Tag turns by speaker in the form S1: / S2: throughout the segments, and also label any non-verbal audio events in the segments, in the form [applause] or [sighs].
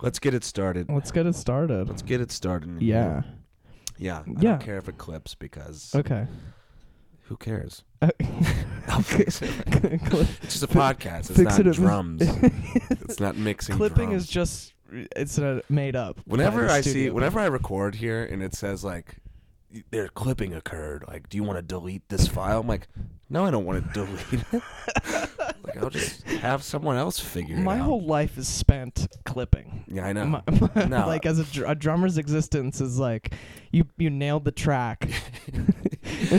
S1: Let's get it started.
S2: Let's get it started.
S1: Let's get it started.
S2: Yeah.
S1: Yeah. I
S2: Yeah. Uh,
S1: don't care if it clips because
S2: Okay.
S1: who
S2: [laughs]
S1: cares?
S2: Uh, [laughs]
S1: I'll fix it. It's just a podcast. It's
S2: Fix
S1: not
S2: it up.
S1: drums. [laughs] it's not mixing.
S2: Clipping
S1: drums.
S2: is just it's uh, made up. by
S1: Whenever
S2: the
S1: I see,
S2: studio.
S1: whenever I record here, and it says like, y- "Their clipping occurred." Like, do you want to delete this file? I'm like, no, I don't want to [laughs] delete
S2: [laughs]
S1: it. like, I'll just have someone else figure it
S2: my
S1: out.
S2: whole life is spent clipping.
S1: yeah, I know.
S2: My- [laughs]
S1: No.
S2: like as a, dr- a drummer's existence is like you you nailed
S1: [laughs]
S2: the track.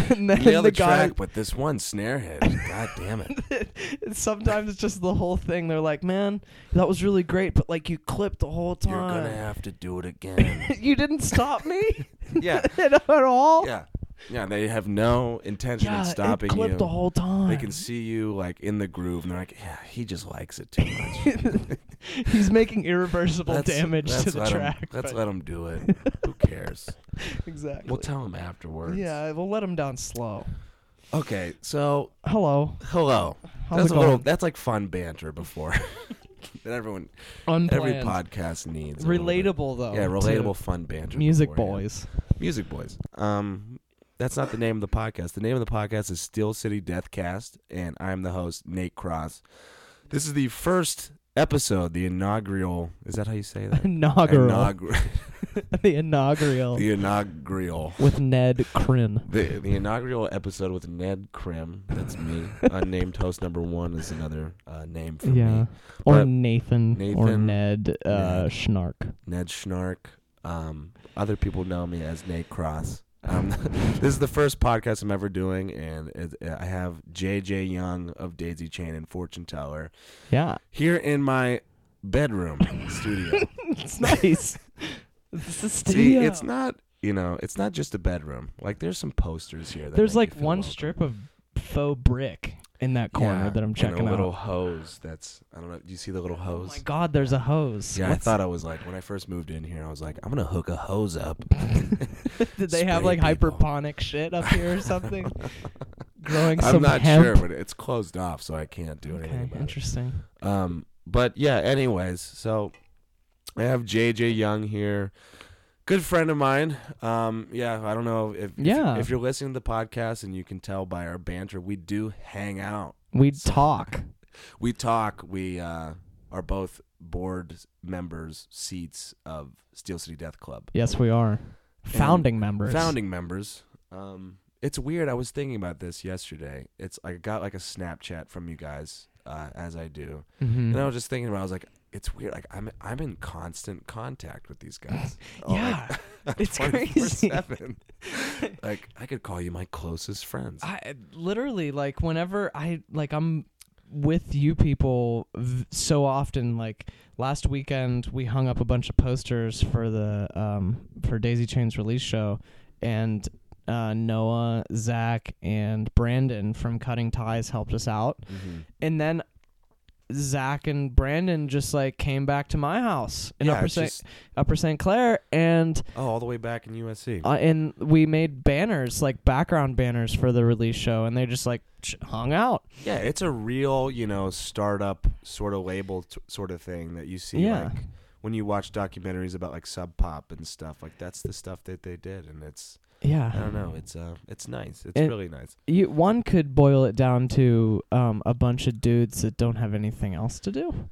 S2: and then
S1: Nail the,
S2: the guy- [laughs]
S1: track, but this one snare hit. God damn it!
S2: sometimes it's just the whole thing. They're like, man, that was really great, but like you clipped the whole
S1: You're gonna
S2: time.
S1: have to do it
S2: [laughs]
S1: again.
S2: you didn't stop me
S1: [laughs] yeah,
S2: [laughs] at all.
S1: yeah, yeah. They have no intention
S2: Oh. Yeah,
S1: of
S2: it
S1: stopping
S2: clipped
S1: you.
S2: the whole time. [laughs]
S1: they can see you like in the groove, and they're like, "Yeah, he just likes it too much."
S2: [laughs] He's making irreversible damage to
S1: that's
S2: the
S1: let 'em-
S2: track.
S1: let's
S2: but-
S1: let him do it.
S2: [laughs]
S1: Who cares?
S2: exactly.
S1: We'll tell him afterwards.
S2: yeah, we'll let him down slow.
S1: Okay. So
S2: Hello.
S1: hello.
S2: How's
S1: that's
S2: it
S1: a little.
S2: going?
S1: That's like fun banter before. [laughs] that everyone,
S2: Unplanned.
S1: every podcast needs a little bit.
S2: Relatable though.
S1: Yeah,
S2: to
S1: relatable fun banter.
S2: Music
S1: beforehand.
S2: boys. [laughs]
S1: Music boys. Um, that's not the name of the podcast. The name of the podcast is Steel City Deathcast, and I'm the host Nate Cross. This is the first episode, the inaugural. Is that how you say that?
S2: Inaugural.
S1: Inaugural.
S2: [laughs] the
S1: [laughs]
S2: inaugural
S1: the inaugural.
S2: with Ned Crin.
S1: [laughs] The, the inaugural episode with Ned Krim, that's
S2: [laughs]
S1: me. Unnamed host number one is another uh, name for
S2: Yeah.
S1: me.
S2: Or
S1: But
S2: Nathan, or
S1: Nathan,
S2: Ned uh,
S1: Ned.
S2: Schnark.
S1: Ned Schnark. Um, other people know me as Nate Cross. Um, [laughs] this is the first podcast I'm ever doing, and it, I have JJ Young of Daisy Chain and Fortune Teller
S2: Yeah.
S1: here in my bedroom [laughs] studio.
S2: [laughs] it's nice. it's
S1: See,
S2: a studio.
S1: it's not you know, it's not just a bedroom. Like there's some posters here. That
S2: There's
S1: make
S2: like
S1: you feel
S2: one
S1: welcome.
S2: strip of faux brick in that corner
S1: Yeah,
S2: that I'm
S1: and
S2: checking
S1: a
S2: out.
S1: little hose. That's I don't know. Do you see the little
S2: oh
S1: hose?
S2: my god, there's a hose.
S1: Yeah,
S2: What's-
S1: I thought [laughs] I was like when I first moved in here, I was like, I'm gonna hook a hose up.
S2: [laughs] Did they have
S1: Spray
S2: like
S1: people.
S2: hyperponic shit up here
S1: [laughs]
S2: or something? Growing some
S1: I'm not
S2: hemp.
S1: sure, but it's closed off, so I can't do anything
S2: Okay,
S1: about it.
S2: interesting.
S1: Um, but yeah, anyways, so I have JJ Young here, good friend of mine. Um, yeah, I don't know if if,
S2: Yeah.
S1: if you're listening to the podcast and you can tell by our banter, we do hang out,
S2: We talk.
S1: we talk, we uh, are both board members, seats of Steel City Death Club.
S2: Yes, we are. Founding members.
S1: founding members. Um, it's weird. I was thinking about this yesterday. It's I got like a Snapchat from you guys, uh, as I do,
S2: Mhm.
S1: and I was just thinking about. it. I was like, it's weird. Like I'm I'm in constant contact with
S2: [laughs]
S1: these guys. Oh,
S2: yeah.
S1: [laughs] like,
S2: it's crazy.
S1: 24/7.
S2: [laughs]
S1: like I could call you my closest friends.
S2: I literally like whenever I like I'm with you people v- so often like last weekend we hung up a bunch of posters for the um for Daisy Chain's release show and uh, Noah, Zach, and Brandon from Cutting Ties helped us out,
S1: Mhm.
S2: and then Zach and Brandon just like came back to my house in
S1: Yeah,
S2: Upper
S1: it's
S2: Saint
S1: just-
S2: Upper Saint Clair, and
S1: oh, all the way back in USC.
S2: uh, and we made banners like background banners for the release show and they just like ch- hung out
S1: yeah, it's a real you know startup sort of label t- sort of thing that you see.
S2: Yeah.
S1: Like, when you watch documentaries about like sub pop and stuff, like that's the stuff that they did, and it's I
S2: yeah
S1: don't know. It's uh, it's nice. It's
S2: And-
S1: really nice.
S2: you, one could boil it down to um, a bunch of dudes that don't have anything else to do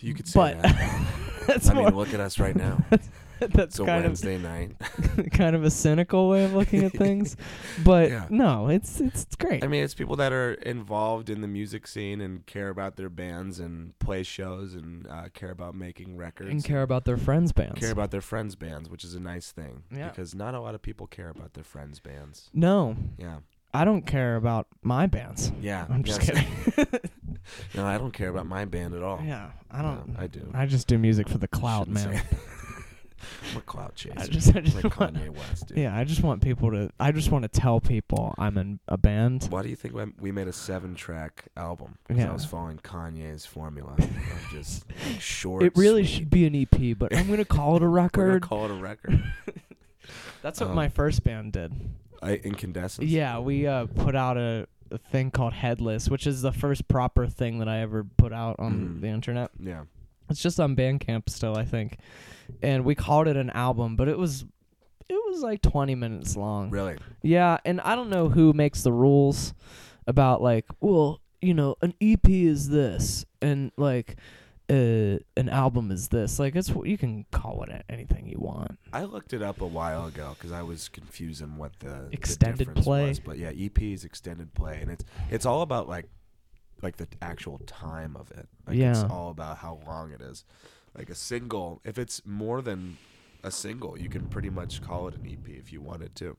S1: You could say
S2: but- [laughs]
S1: that.
S2: that's
S1: I
S2: more,
S1: mean, look at us right now.
S2: [laughs]
S1: It's
S2: that's
S1: a
S2: kind
S1: Wednesday night.
S2: of kind of a cynical way of looking
S1: [laughs]
S2: at things but
S1: Yeah.
S2: no it's it's great
S1: I mean, it's people that are involved in the music scene and care about their bands and play shows and uh, care about making records.
S2: and care about their friends bands
S1: care about their friends' bands, which is a nice thing
S2: Yeah.
S1: because not a lot of people care about their friends' bands.
S2: no
S1: Yeah,
S2: i don't care about my bands
S1: yeah.
S2: i'm just
S1: yes.
S2: kidding [laughs]
S1: No, I don't care about my band at all.
S2: yeah i don't
S1: No, I do.
S2: i just do music for the clout
S1: Shouldn't
S2: man
S1: say-
S2: [laughs]
S1: I'm a clout chaser.
S2: i just i [laughs]
S1: like
S2: just want
S1: Kanye West, dude.
S2: Yeah, I just want people to. I just want to tell people I'm in a band.
S1: Why do you think we- we made a seven-track album? Because
S2: Yeah.
S1: I was following Kanye's formula of just
S2: [laughs]
S1: like, short.
S2: it really
S1: sweet.
S2: should be an EP, but I'm gonna
S1: [laughs]
S2: call it a
S1: We're gonna
S2: record.
S1: call it a record.
S2: That's what
S1: um,
S2: my first band did.
S1: I, Mm-hmm. incandescence.
S2: Yeah, we uh, put out a, a thing called Headless, which is the first proper thing that I ever put out on
S1: Mhm.
S2: the internet.
S1: Yeah.
S2: It's just on Bandcamp still, I think. And we called it an album, but it was it was like 20 minutes long.
S1: Really?
S2: Yeah, and I don't know who makes the rules about like, well, you know, an EP is this and like uh, an album is this. Like it's you can call it anything you want.
S1: I looked it up a while ago because I was confusing what the the
S2: Extended
S1: difference
S2: play.
S1: was. But yeah, EP is extended play, and it's it's all about like like the actual time of it. Like it's
S2: Yeah.
S1: all about how long it is. Like a single, if it's more than a single, you can pretty much call it an EP if you wanted to.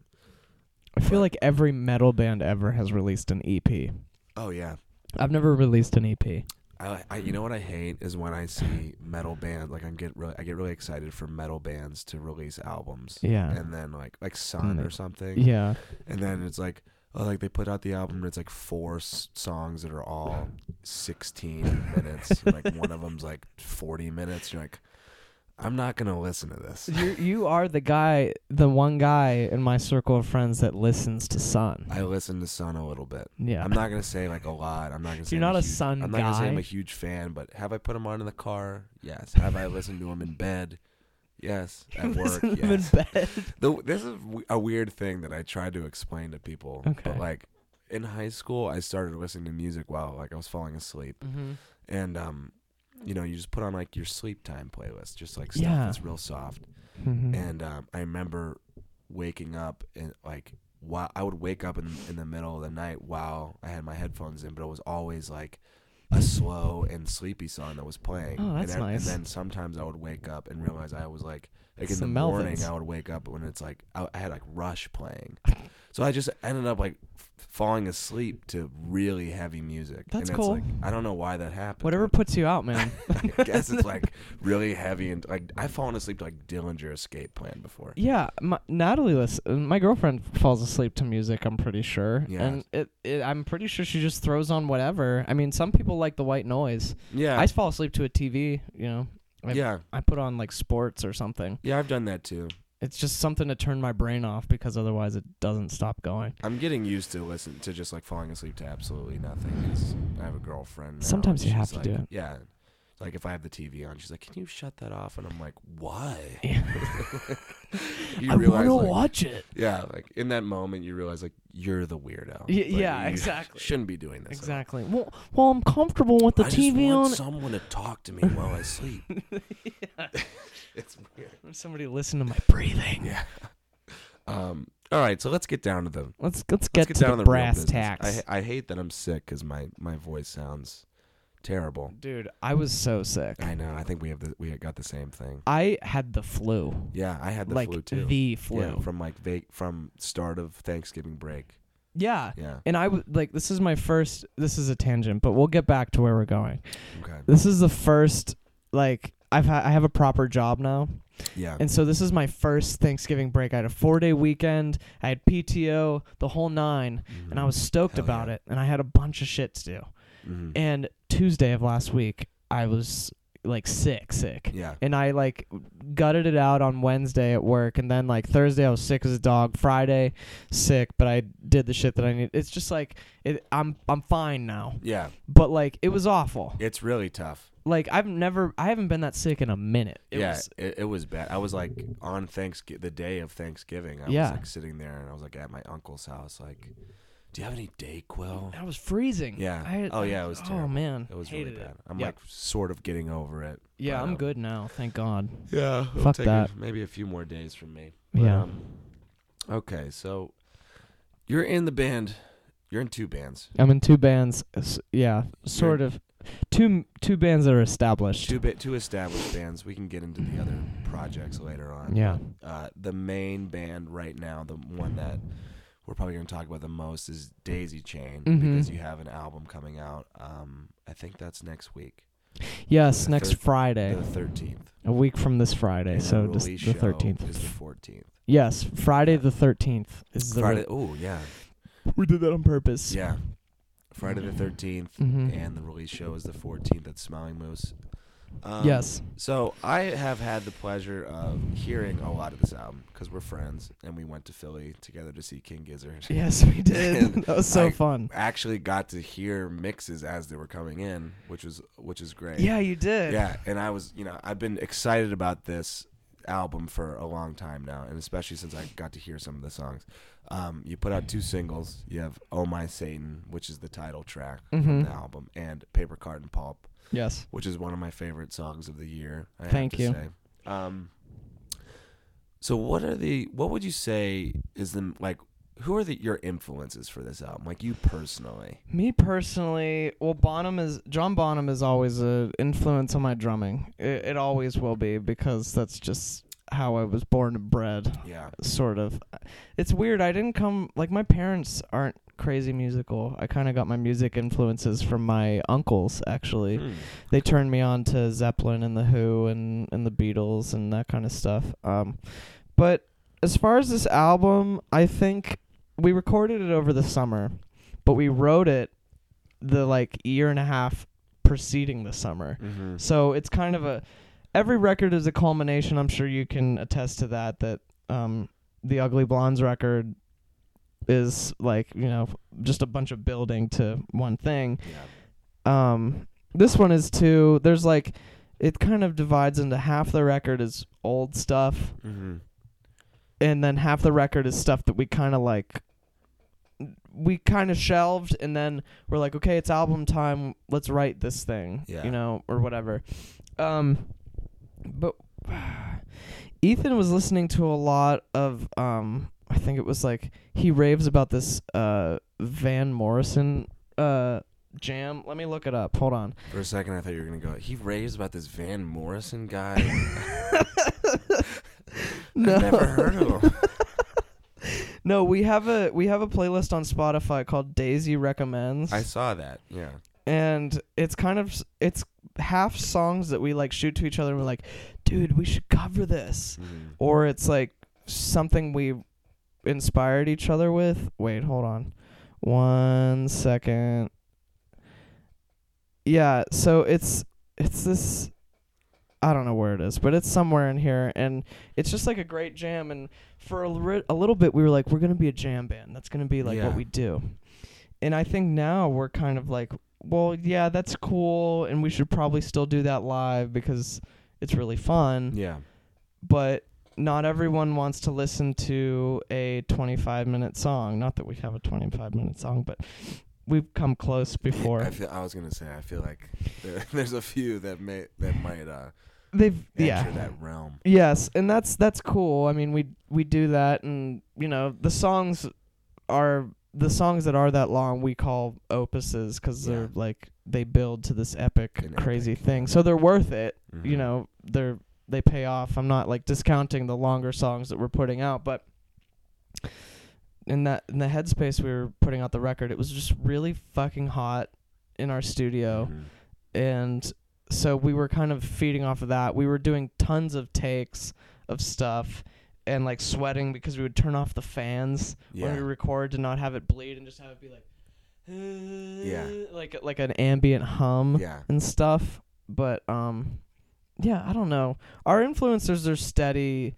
S2: I
S1: Right.
S2: feel like every metal band ever has released an E EP.
S1: Oh yeah,
S2: I've never released an E EP.
S1: I, I you know what I hate is when I see metal bands like I'm get really I get really excited for metal bands to release albums.
S2: Yeah.
S1: And then like like Sun
S2: they-
S1: or something. [laughs]
S2: yeah.
S1: and then it's like oh like they put out the album and it's like four s- songs that are all 16 minutes like one
S2: [laughs]
S1: of them's like 40 minutes you're like i'm not gonna listen to this
S2: you you are the guy, the one guy in my circle of friends that listens to Sun.
S1: i listen to sun a little bit
S2: yeah. [laughs]
S1: i'm not gonna say like a lot i'm not gonna say
S2: You're
S1: I'm
S2: not a
S1: huge-
S2: Sun
S1: i'm not gonna say i'm
S2: guy.
S1: a huge fan but have i put them on in the car yes have i listened to them in bed
S2: [laughs]
S1: yes at work
S2: Listen to them in
S1: yes
S2: bed.
S1: The, this is w- a weird thing that I tried to explain to people.
S2: Okay.
S1: But like in high school, I started listening to music while like I was falling asleep,
S2: Mhm.
S1: and um, you know, you just put on like your sleep time playlist, just like stuff
S2: Yeah.
S1: that's real soft.
S2: Mhm.
S1: And um, I remember waking up and like while I would wake up in in the middle of the night while I had my headphones in, but it was always like. A slow and sleepy song that was playing.
S2: Oh, that's
S1: and, I-
S2: nice.
S1: And then sometimes I would wake up and realize I was like like in the
S2: Some
S1: morning,
S2: Melvins.
S1: I would wake up when it's like I, I had like Rush
S2: [laughs]
S1: playing, so I just ended up like f- falling asleep to really heavy music.
S2: That's
S1: and
S2: cool.
S1: It's like, I don't know why that happened.
S2: Whatever puts you out, man.
S1: but I
S2: [laughs]
S1: guess it's like really heavy and like I've fallen asleep to like Dillinger Escape Plan before.
S2: yeah, my, Natalie listen. My girlfriend falls asleep to music. I'm pretty sure.
S1: Yeah.
S2: And it, it, I'm pretty sure she just throws on whatever. I mean, some people like the white noise.
S1: Yeah,
S2: I fall asleep to a TV. You know, I-
S1: yeah,
S2: I put on like sports or something.
S1: yeah. I've done that too.
S2: It's just something to turn my brain off because otherwise it doesn't stop going.
S1: I'm getting used to listen to just like falling asleep to absolutely nothing 'cause I have a girlfriend. now,
S2: Sometimes
S1: and
S2: you have
S1: she's
S2: to do
S1: like-
S2: it.
S1: Yeah. Like if I have the TV on, she's like, "Can you shut that off?" And I'm like,
S2: [laughs]
S1: "Why?" [laughs] you realize, like-
S2: watch it.
S1: yeah, like in that moment, you realize like you're the weirdo.
S2: Y-
S1: Like,
S2: yeah,
S1: you
S2: exactly.
S1: Shouldn't be doing this.
S2: Exactly. Well, well, I'm comfortable with the
S1: I just
S2: TV
S1: want
S2: on.
S1: someone to talk
S2: [laughs]
S1: to me while I sleep. it's weird.
S2: Somebody listen to my breathing.
S1: Yeah. [laughs] Um. All right, so let's get down to the
S2: Let's let's
S1: let's
S2: get,
S1: get
S2: to
S1: down
S2: the,
S1: to the real
S2: brass
S1: business.
S2: tacks,
S1: I I hate that I'm sick because my my voice sounds terrible.
S2: dude. I was so sick.
S1: I know. I think we have the we got the same thing.
S2: I had the flu,
S1: Yeah, I had the
S2: like
S1: flu too.
S2: the flu.
S1: Yeah,
S2: Yeah,
S1: from like vac- from start of Thanksgiving break. Yeah.
S2: and I was like, this is my first. This is a tangent, but we'll get back to where we're going.
S1: Okay.
S2: This is the first. Like, I've ha- I have a proper job now.
S1: Yeah.
S2: And so this is my first Thanksgiving break. I had a four day weekend. I had PTO, the whole 9
S1: Mm-hmm.
S2: and I was stoked
S1: Mm. Hell
S2: about
S1: yeah.
S2: it. And I had a bunch of shit to do.
S1: Mhm.
S2: And Tuesday of last week, I was like sick, sick.
S1: yeah.
S2: And I like gutted it out on Wednesday at work, and then like Thursday I was sick as a dog. Friday, sick, but I did the shit that I need. It's just like it, I'm I'm fine now,
S1: Yeah.
S2: but like it was awful.
S1: It's really tough.
S2: Like I've never I haven't been that sick in a minute. It
S1: yeah,
S2: was
S1: it, it was bad. I was like on Thanksgiving, the day of Thanksgiving. I
S2: Yeah.
S1: was like sitting there and I was like at my uncle's house, like, do you have any Dayquil?
S2: I was freezing.
S1: Oh. Yeah.
S2: I,
S1: Oh, yeah, it was
S2: Oh
S1: terrible.
S2: man,
S1: It was
S2: hated
S1: really bad.
S2: It.
S1: I'm
S2: Yeah.
S1: like sort of getting over it.
S2: Yeah,
S1: but,
S2: I'm
S1: um,
S2: good now. Thank God.
S1: Yeah. it'll
S2: Fuck
S1: take a-
S2: that.
S1: maybe a few more days from me.
S2: Yeah.
S1: um, okay, so you're in the band. You're in two bands.
S2: I'm in two bands. s- Yeah, sort of. Two two bands that are established.
S1: Two ba- two established bands. We can get into the other projects later on.
S2: yeah.
S1: uh, the main band right now, the one that we're probably going to talk about the most is Daisy Chain
S2: Mhm.
S1: because you have an album coming out. Um, I think that's next week,
S2: Yes,
S1: The
S2: next
S1: third-
S2: Friday,
S1: the thirteenth.
S2: a week from this Friday. so this,
S1: release
S2: the
S1: show
S2: thirteenth.
S1: is the fourteenth.
S2: Yes, Friday the thirteenth is the.
S1: Friday. Oh yeah,
S2: re- we did that on purpose.
S1: yeah. Friday the 13th
S2: Mhm.
S1: and the release show is the fourteenth at Smiling Moose. Um,
S2: yes.
S1: So I have had the pleasure of hearing a lot of this album because we're friends and we went to Philly together to see King Gizzard.
S2: [laughs] Yes,
S1: [laughs]
S2: we did.
S1: And
S2: that was so
S1: I-
S2: fun.
S1: Actually, got to hear mixes as they were coming in, which was which is great.
S2: Yeah, you did.
S1: yeah. And I was, you know, I've been excited about this album for a long time now, and especially since I got to hear some of the songs. Um, you put out two singles. You have "Oh My Satan," which is the title track
S2: Mhm.
S1: from the album, and "Paper Card and Pulp,"
S2: Yes.
S1: which is one of my favorite songs of the year. I have
S2: Thank
S1: to
S2: you.
S1: say. Um, so what are the what would you say is the like who are the your influences for this album? Like you personally,
S2: Me personally, well, Bonham is John Bonham is always a influence on my drumming. It, it always will be because that's just how I was born and bred.
S1: yeah,
S2: Sort of. It's weird. I didn't come like my parents aren't crazy musical. I kind of got my music influences from my uncles actually.
S1: Hmm.
S2: They turned me on to Zeppelin and the Who and and the Beatles and that kind of stuff. Um, but as far as this album, I think we recorded it over the summer, but we wrote it the like year and a half preceding the summer.
S1: Mhm.
S2: So it's kind of a every record is a culmination. I'm sure you can attest to that. That um, the Ugly Blondes record is like you know just a bunch of building to one thing
S1: yeah,
S2: um this one is too there's like it kind of divides into half the record is old stuff
S1: mm-hmm.
S2: and then half the record is stuff that we kind of like we kind of shelved and then we're like okay it's album time let's write this thing
S1: Yeah.
S2: you know or whatever um but [sighs] ethan was listening to a lot of um i think it was like he raves about this uh van morrison uh jam let me look it up hold on
S1: For a second, I thought you were gonna go. He raves about this Van Morrison
S2: [laughs]
S1: guy.
S2: no.
S1: I've
S2: [laughs]
S1: never heard of him.
S2: No, we have a we have a playlist on Spotify called Daisy Recommends,
S1: I saw that. Yeah,
S2: and it's kind of s- it's half songs that we like shoot to each other. and We're like, dude, we should cover this,
S1: Mhm.
S2: or it's like something we inspired each other with. Wait, hold on, one second. Yeah, so it's it's this. I don't know where it is, but it's somewhere in here, and it's just like a great jam. And for a, ri- a little bit, we were like, we're gonna be a jam band. That's gonna be like
S1: Yeah.
S2: what we do. And I think now we're kind of like, well, yeah, that's cool, and we should probably still do that live because it's really fun
S1: yeah,
S2: but not everyone wants to listen to a 25 minute song. Not that we have a 25 minute song, but we've come close before.
S1: I, feel, I was gonna say I feel like [laughs] there, there's a few that may that might uh,
S2: They've
S1: enter
S2: yeah.
S1: that realm.
S2: Yes, and that's that's cool. I mean, we we do that and you know, the songs are the songs that are that long we call opuses cuz
S1: Yeah.
S2: they're like they build to this epic
S1: An
S2: crazy
S1: epic,
S2: thing.
S1: yeah.
S2: So they're worth it. you
S1: Mhm.
S2: know they're they pay off i'm not like discounting the longer songs that we're putting out but in that in the headspace we were putting out the record it was just really fucking hot in our studio
S1: Mhm.
S2: and so we were kind of feeding off of that we were doing tons of takes of stuff and like sweating because we would turn off the fans when
S1: Yeah.
S2: we record to not have it bleed and just have it be like
S1: Yeah.
S2: [sighs] like like an ambient hum
S1: yeah.
S2: and stuff. But um, yeah, I don't know. Our influencers are steady.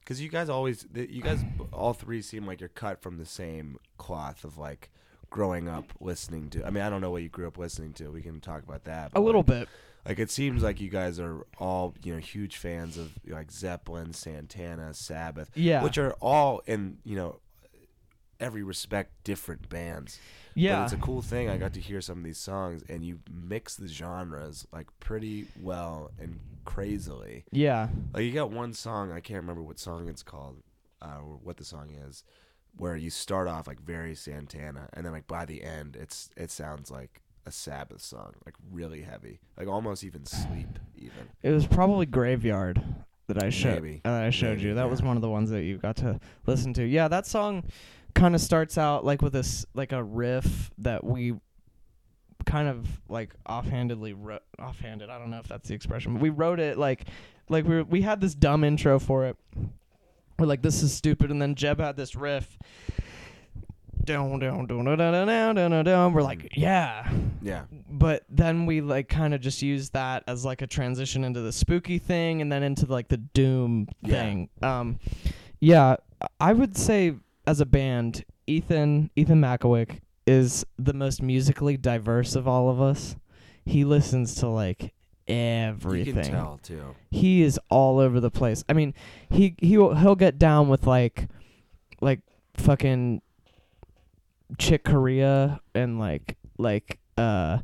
S1: Because you guys always, th- you guys, b- all three seem like you're cut from the same cloth of like growing up listening to. I mean, I don't know what you grew up listening to. We can talk about that.
S2: A
S1: but,
S2: little
S1: like,
S2: bit.
S1: Like it seems like you guys are all you know huge fans of like Zeppelin, Santana, Sabbath,
S2: Yeah.
S1: which are all in you know every respect different bands. But
S2: yeah.
S1: it's a cool thing. I got to hear some of these songs, and you mix the genres like pretty well and crazily.
S2: yeah.
S1: Like you got one song, I can't remember what song it's called, uh, or what the song is, where you start off like very Santana, and then like by the end, it's it sounds like a Sabbath song, like really heavy, like almost even sleep, even.
S2: It was probably Graveyard that I showed.
S1: Maybe.
S2: That I showed
S1: Maybe,
S2: you. That was
S1: yeah.
S2: one of the ones that you got to listen to. Yeah, that song kind of starts out like with this like a riff that we kind of like offhandedly wrote offhanded i don't know if that's the expression but we wrote it like like we were, we had this dumb intro for it we're like this is stupid and then jeb had this riff down, down, down, down, down, down, down, down, down. We're
S1: Mm.
S2: like, yeah.
S1: Yeah.
S2: But then we like kind of just use that as like a transition into the spooky thing, and then into like the doom
S1: Yeah.
S2: thing. Um, yeah, I would say as a band, Ethan Ethan Makowick is the most musically diverse of all of us. He listens to like everything
S1: You can tell too.
S2: he is all over the place. I mean, he he will- he'll get down with like like fucking Chick Corea and like like uh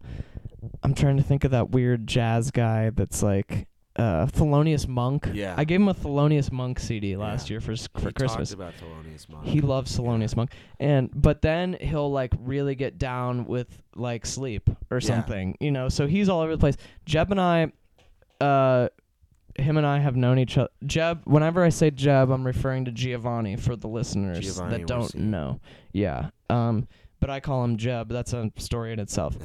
S2: I'm trying to think of that weird jazz guy that's like uh Thelonious Monk.
S1: Yeah.
S2: I gave him a Thelonious Monk CD last
S1: Yeah.
S2: year for s-
S1: He
S2: for
S1: talked
S2: Christmas.
S1: about Thelonious Monk.
S2: He loves Thelonious Monk, and but then he'll like really get down with like sleep or
S1: Yeah.
S2: something, you know. So he's all over the place. Jeb and I, uh, him and I have known each other. Jeb, whenever I say Jeb, I'm referring to Giovanni for the listeners
S1: Giovanni
S2: that don't
S1: Orsini.
S2: know. Yeah, um, but I call him Jeb. That's a story in itself.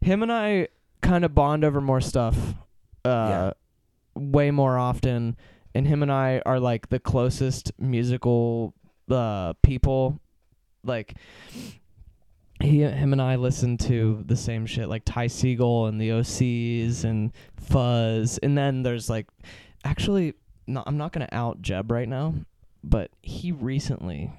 S2: him and I kind of bond over more stuff, uh, way more often. And him and I are like the closest musical uh, people. Like he, him, and I listen to the same shit, like Ty Siegel and the OCs and Fuzz. And then there's like, actually, no, I'm not gonna out Jeb right now, but he recently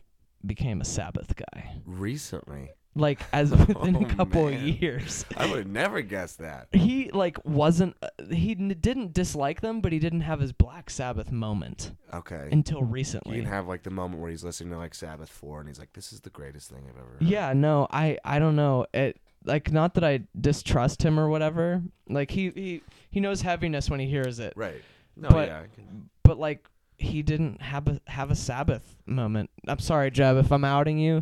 S2: became a Sabbath guy.
S1: Recently,
S2: Like
S1: [laughs]
S2: as within
S1: Oh,
S2: a couple of
S1: man.
S2: years,
S1: I would have never guessed that.
S2: he like wasn't uh, he n- didn't dislike them, but he didn't have his Black Sabbath moment
S1: Okay.
S2: until
S1: you
S2: recently.
S1: can have like the moment where he's listening to like Sabbath four, and he's like, "This is the greatest thing I've ever." Heard.
S2: Yeah, no, I I don't know. It like not that I distrust him or whatever. Like he he he knows heaviness when he hears it,
S1: Right. No.
S2: But-
S1: yeah. I can-
S2: but like he didn't have a have a Sabbath moment. I'm sorry, Jeb, if I'm outing you.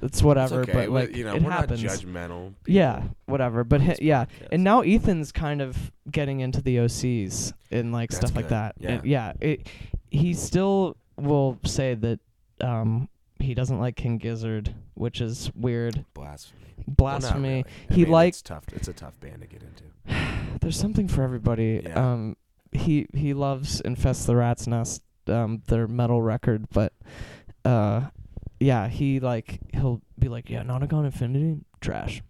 S2: It's
S1: It's
S2: whatever,
S1: okay.
S2: but
S1: we-
S2: like
S1: you know,
S2: it
S1: we're
S2: happens.
S1: not judgmental.
S2: yeah, whatever. But hi- yeah,
S1: podcast.
S2: and now Ethan's kind of getting into the OCs and like
S1: That's
S2: stuff like
S1: good.
S2: that.
S1: Yeah.
S2: And, yeah. It, he still will say that um, he doesn't like King Gizzard, which is weird.
S1: blasphemy. Well, not
S2: Blasphemy.
S1: really. I
S2: He
S1: mean,
S2: likes.
S1: It's tough. It's a tough band to get into.
S2: [sighs] There's something for everybody.
S1: Yeah.
S2: Um, he he loves Infest the Rat's Nest, um, their metal record, but uh, yeah, he like he'll be like, yeah, Nonagon Infinity, trash.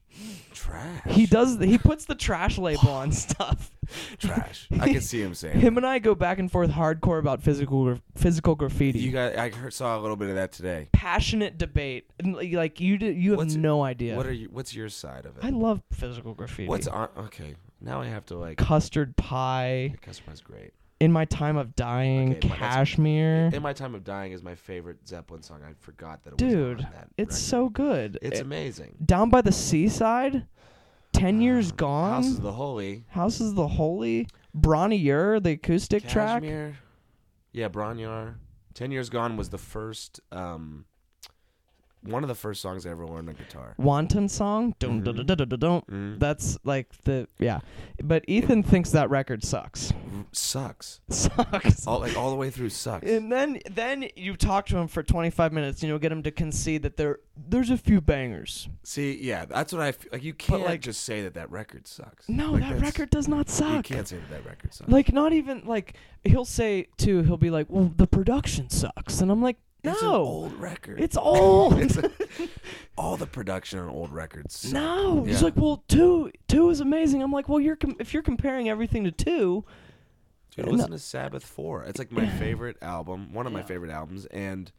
S1: Trash.
S2: He does. He puts the trash label on [laughs] stuff.
S1: [laughs] Trash. I can see him saying.
S2: Him and I go back and forth hardcore about physical gra- physical graffiti.
S1: You got. I heard, saw a little bit of that today.
S2: passionate debate. And, like- Like you, did, you have
S1: What's-
S2: no idea.
S1: What are you? What's your side of it?
S2: I love physical graffiti.
S1: What's on? Okay, now I have to like.
S2: custard pie?
S1: Customer's great.
S2: In my time of dying,
S1: Okay, but that's-
S2: cashmere.
S1: In my time of dying is my favorite Zeppelin song. I forgot that it
S2: Dude,
S1: was on that.
S2: it's
S1: record.
S2: so good.
S1: It's
S2: It-
S1: amazing.
S2: down by the seaside. Ten years
S1: Uh, House is
S2: gone.
S1: the Holy.
S2: House is the holy. Bronnier, the acoustic track.
S1: Cashmere. Yeah, Bronyar. Ten years gone was the first. um One of the first songs I ever learned on guitar.
S2: Wanton song. Dun, dun,
S1: Mhm.
S2: dun, dun, dun, dun, dun.
S1: Mm.
S2: That's like the yeah. But Ethan thinks that record sucks. [laughs]
S1: Sucks.
S2: Sucks.
S1: All like all the way through sucks.
S2: and then then you talk to him for 25 minutes, you know, get him to concede that there there's a few bangers.
S1: See, yeah, that's what I feel. like. You can't
S2: like-
S1: just say that that record sucks.
S2: No,
S1: Like,
S2: that
S1: that's-
S2: record does not
S1: You
S2: suck.
S1: can't say that that record sucks.
S2: Like not even like he'll say too. He'll be like, "Well, the production sucks," and I'm like, "No,
S1: it's an old record.
S2: it's
S1: [laughs]
S2: old."
S1: It's a- all the production on old records. suck.
S2: [laughs] no, he's
S1: Yeah.
S2: like, "Well, two two is amazing." I'm like, "Well, you're com- if you're comparing everything to two,
S1: Dude,
S2: No.
S1: listen to Sabbath Four. It's like
S2: [clears throat]
S1: my favorite album, one of my favorite albums. And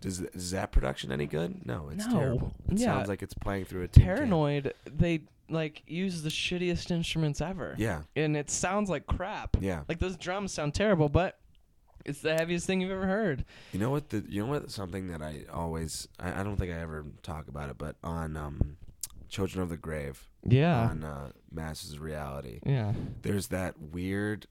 S1: does th- is that production any good? No, it's
S2: No.
S1: terrible. It
S2: Yeah.
S1: sounds like it's playing through a tin can.
S2: paranoid." They like use the shittiest instruments ever.
S1: Yeah,
S2: and it sounds like crap.
S1: yeah.
S2: Like those drums sound terrible, but it's the heaviest thing you've ever heard.
S1: You know what? The you know what? Something that I always I, I don't think I ever talk about it, but on um, Children of the Grave
S2: Yeah.
S1: on uh, Masters of Reality,
S2: yeah.
S1: there's that weird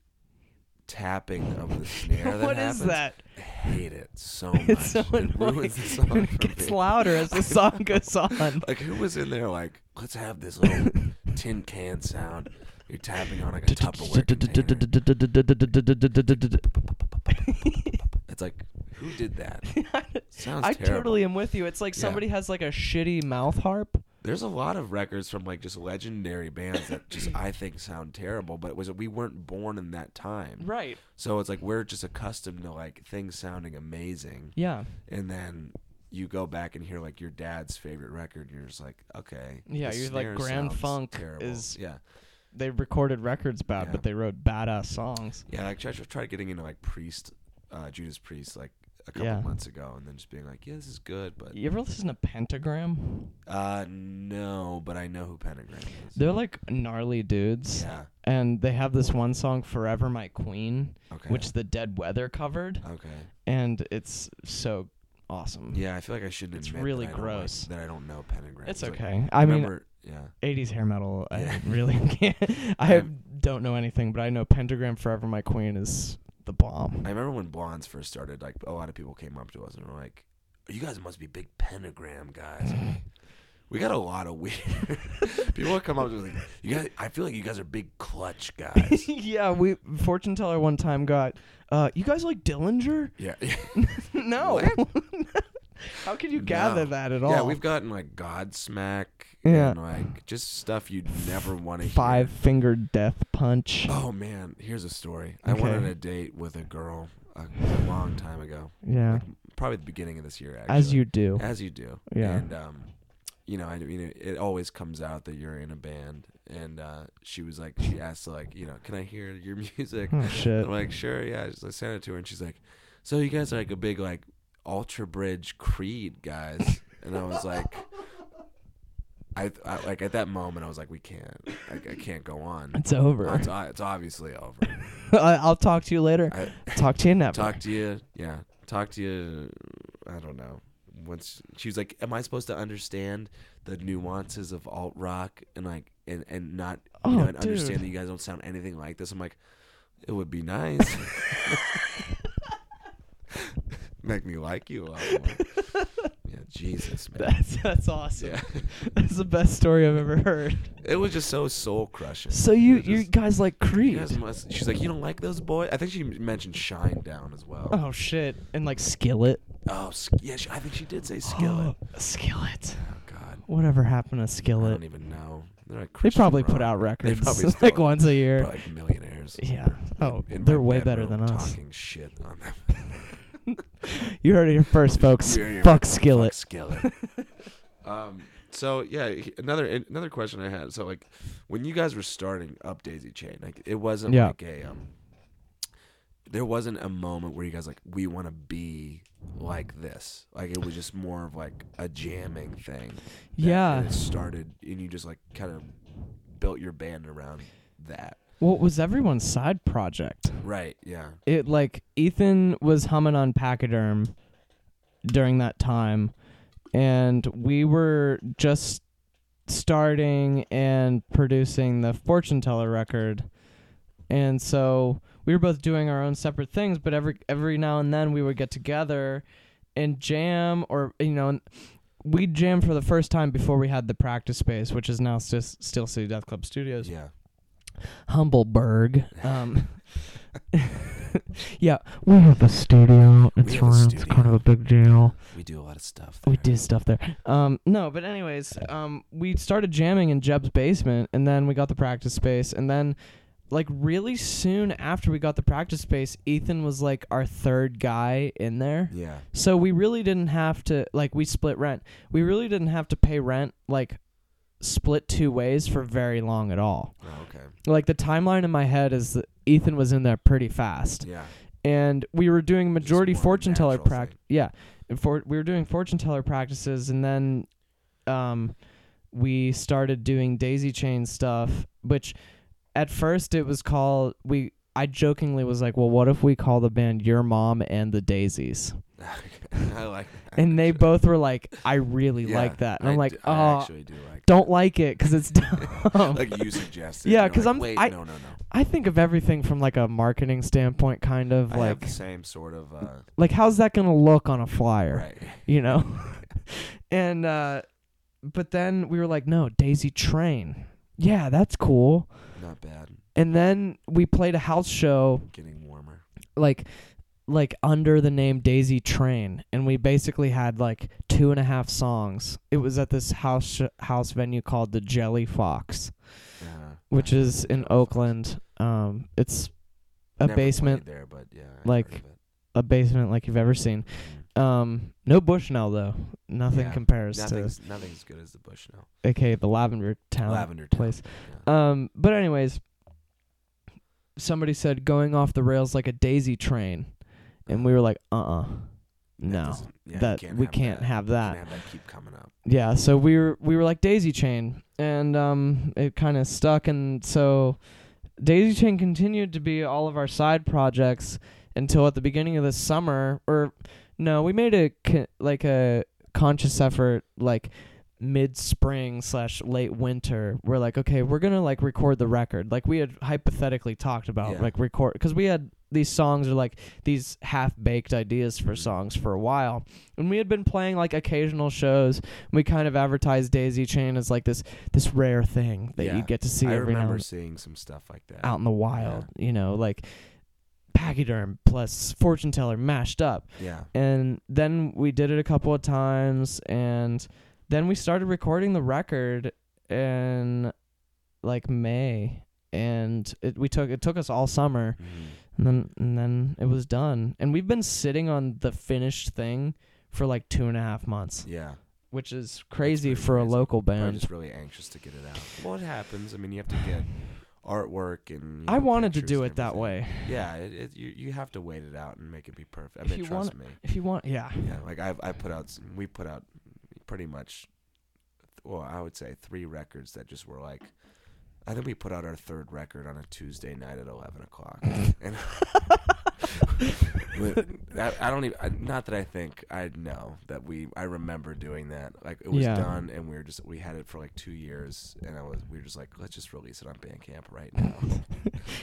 S1: tapping of
S2: [laughs]
S1: the snare. that
S2: What is
S1: happens. Oh
S2: that?
S1: I hate it so much.
S2: [laughs] It's so
S1: [laughs] it
S2: annoying.
S1: ruins the song
S2: And it
S1: for
S2: gets
S1: me.
S2: louder as
S1: [laughs]
S2: the song goes on.
S1: Like who was in there? Like let's have this little
S2: [laughs]
S1: tin can sound. You're tapping on like a Tupperware container. It's like who did
S2: [laughs]
S1: that? [laughs] Sounds
S2: I
S1: terrible.
S2: totally am with you. It's like
S1: Yeah.
S2: somebody has like a shitty mouth harp.
S1: There's a lot of records from like just legendary bands that
S2: [clears throat]
S1: just I think sound terrible, but it was we weren't born in that time,
S2: Right.
S1: so it's like we're just accustomed to like things sounding amazing,
S2: Yeah.
S1: and then you go back and hear like your dad's favorite record, and you're just like, okay,
S2: Yeah,
S1: this
S2: you're like,
S1: snare
S2: Grand
S1: sounds
S2: Funk
S1: terrible.
S2: is-
S1: yeah,
S2: They recorded records bad,
S1: Yeah.
S2: but they wrote badass songs.
S1: yeah. Like I tried getting into like Priest, uh, Judas Priest, like a couple
S2: Yeah.
S1: months ago, and then just being like, yeah, this is good, but
S2: You ever listen to Pentagram?
S1: uh, no, but I know who Pentagram is.
S2: They're like gnarly dudes,
S1: yeah,
S2: and they have this one song, "Forever My Queen,"
S1: okay,
S2: which the Dead Weather covered,
S1: okay,
S2: and it's so awesome.
S1: yeah. I feel like I shouldn't.
S2: It's
S1: admit
S2: really
S1: that I don't like-
S2: gross.
S1: that I don't know Pentagram.
S2: It's
S1: like,
S2: okay. I mean,
S1: remember- yeah.
S2: 80s hair metal.
S1: Yeah.
S2: I
S1: [laughs]
S2: [laughs] really can't. I
S1: I'm-
S2: don't know anything, but I know Pentagram Forever My Queen is the bomb.
S1: I
S2: [laughs]
S1: remember when Blondes first started, like a lot of people came up to us and were like, "You guys must be big pentagram guys." we got a lot of weird [laughs] people would come up to us like, "You guys, I feel like you guys are big clutch
S2: [laughs]
S1: guys."
S2: yeah, we fortune teller one time got. Uh, you guys like Dillinger? [laughs]
S1: yeah,
S2: no. How could you gather
S1: No.
S2: that at all?
S1: yeah. We've gotten like Godsmack
S2: Yeah.
S1: and like just stuff you'd never want to hear.
S2: five finger death punch.
S1: Oh man, here's a story. I
S2: Okay.
S1: went on a date with a girl a long time ago,
S2: Yeah,
S1: like, probably the beginning of this year. Actually,
S2: as you do.
S1: As you do.
S2: Yeah.
S1: And um, you know, I mean, it, it always comes out that you're in a band, and uh, she was like, she asked like, you know, can I hear your [laughs] music?
S2: Oh shit.
S1: I'm like, sure, yeah. I, just, I sent it to her, and she's like, so you guys are like a big like Ultra Bridge Creed guys, and I was like. I, I like at that moment I was like we can't I, I can't go on
S2: It's over.
S1: it's, o- it's obviously over
S2: [laughs] I- I'll talk to you later.
S1: [laughs] I
S2: Talk to you never.
S1: talk to you yeah talk to you i don't know once she was like am i supposed to understand the nuances of alt rock and like and and not you
S2: Oh,
S1: know, and
S2: dude.
S1: understand that you guys don't sound anything like this i'm like it would be
S2: [laughs]
S1: nice [laughs] make me like you a lot more yeah jesus man
S2: [laughs] That's that's
S1: [laughs]
S2: awesome.
S1: yeah
S2: That's the best story I've ever heard.
S1: it was just so soul crushing
S2: So you
S1: It was
S2: you
S1: just-
S2: guys like
S1: you
S2: Creed?
S1: guys must, she's like you don't like those boys i think she mentioned shine down as well
S2: Oh shit! And like Skillet.
S1: oh sk- yeah she, i think she did say [gasps] skillet
S2: skillet.
S1: oh god
S2: Whatever happened to
S1: I
S2: Skillet?
S1: don't even know. They're like
S2: They
S1: Christian
S2: probably
S1: rock.
S2: put out records
S1: They probably
S2: [laughs] like
S1: still-
S2: once a
S1: They're
S2: year.
S1: like
S2: [laughs]
S1: millionaires.
S2: Yeah. Oh,
S1: In my
S2: they're way better
S1: bedroom
S2: than us.
S1: Talking shit on them.
S2: You heard
S1: [laughs]
S2: it here first, folks.
S1: You're- you're-
S2: Fuck Skillet.
S1: Fuck skillet. [laughs] um. So yeah, he- another another question I had. So like, when you guys were starting up Daisy Chain, like it wasn't
S2: Yeah.
S1: like a um. There wasn't a moment where you guys like we want to be like this. Like it was just more of like a jamming thing. that-
S2: Yeah.
S1: and it started, and you just like kind of built your band around that.
S2: What was everyone's side project?
S1: Right. Yeah.
S2: It like Ethan was humming on Pachyderm during that time, and we were just starting and producing the fortune teller record, and so we were both doing our own separate things. But every every now and then we would get together and jam, or you know. We jammed for the first time before we had the practice space, which is now Stis- Steel City Death Club Studios.
S1: Yeah.
S2: Humbleberg. Um, [laughs] yeah, we have a studio.
S1: We
S2: It's
S1: have a
S2: around. It's
S1: studio.
S2: kind of a big deal.
S1: We do a lot of stuff.
S2: We
S1: there.
S2: do stuff there. Um, no, but anyways, um, we started jamming in Jeb's basement, and then we got the practice space, and then. Like really soon after we got the practice space, Ethan was like our third guy in there.
S1: Yeah.
S2: So we really didn't have to like we split rent. We really didn't have to pay rent like split two ways for very long at all
S1: Oh, okay.
S2: like the timeline in my head is that Ethan was in there pretty fast,
S1: Yeah.
S2: and we were doing majority
S1: more of a
S2: fortune teller
S1: natural thing.
S2: practice. Yeah, and for we were doing fortune teller practices, and then, um, we started doing daisy chain stuff, which at first it was called we. I jokingly was like, "Well, what if we call the band Your Mom and the Daisies?"
S1: [laughs] I like. That.
S2: And they
S1: actually.
S2: both were like, "I really
S1: Yeah,
S2: like that." And
S1: I
S2: I'm like,
S1: d- I
S2: "Oh,
S1: actually do like.
S2: don't like it because it's [laughs] dumb."
S1: Like you suggested.
S2: Yeah,
S1: you're
S2: 'cause
S1: like,
S2: I'm-
S1: Wait,
S2: I-
S1: no, no, no.
S2: I think of everything from like a marketing standpoint, kind of
S1: I have
S2: like
S1: the same sort of. Uh,
S2: like how's that gonna look on a flyer,
S1: right.
S2: you know? [laughs] and uh, but then we were like, no, Daisy Train, yeah, that's cool.
S1: Not bad.
S2: And then we played a house show
S1: Getting warmer.
S2: like like under the name Daisy Train, and we basically had like two and a half songs. It was at this house sh- house venue called the Jelly Fox,
S1: Uh,
S2: which is in
S1: Never
S2: Oakland. Um, it's a
S1: played
S2: basement
S1: there, but yeah. I've heard
S2: like,
S1: of it.
S2: a basement like you've ever seen. Um, no Bushnell though. Nothing
S1: Yeah,
S2: compares to
S1: Nothing's, nothing's as good as the Bushnell.
S2: aka the Lavender Town
S1: Lavender Town.
S2: place.
S1: Yeah.
S2: Um, but anyways, somebody said going off the rails like a daisy train, and we were like, uh, uh
S1: That
S2: no,
S1: doesn't- yeah, you
S2: that we
S1: have
S2: can't have
S1: You
S2: that.
S1: can't have that keep coming up.
S2: Yeah, so we were we were like daisy chain, and um, it kind of stuck, and so daisy chain continued to be all of our side projects until at the beginning of the summer, or no, we made a co- like a conscious effort like mid spring slash late winter we're like okay we're gonna like record the record like we had hypothetically talked about
S1: Yeah.
S2: like record because we had these songs or like these half baked ideas for
S1: Mhm.
S2: songs for a while and we had been playing like occasional shows we kind of advertised daisy chain as like this this rare thing that you
S1: Yeah.
S2: get to see
S1: I
S2: every now
S1: remember
S2: and
S1: seeing some stuff like that.
S2: out in the wild you know like pachyderm plus fortune teller mashed up
S1: Yeah.
S2: and then we did it a couple of times and then we started recording the record in like May and it we took it took us all summer
S1: Mhm.
S2: and then and then it was done and we've been sitting on the finished thing for like two and a half months
S1: Yeah.
S2: which is crazy
S1: pretty
S2: for a
S1: crazy.
S2: local
S1: I'm
S2: band
S1: just really anxious to get it out. Well, it happens. I mean, you have to get artwork and. you
S2: I
S1: know,
S2: wanted to
S1: pictures
S2: do
S1: and
S2: it that
S1: everything.
S2: way
S1: Yeah, it, it, you you have to wait it out and make it be perfect. I
S2: If
S1: mean,
S2: you
S1: trust
S2: want
S1: me.
S2: if you want yeah
S1: Yeah, like I've I put out some- we put out pretty much, well, I would say three records that just were like, I think we put out our third record on a Tuesday night at eleven
S2: [laughs]
S1: o'clock, and [laughs] I, I don't even I, not that I think I know that we I remember doing that like it was
S2: Yeah.
S1: done and we were just we had it for like two years and I was we were just like let's just release it on Bandcamp right now.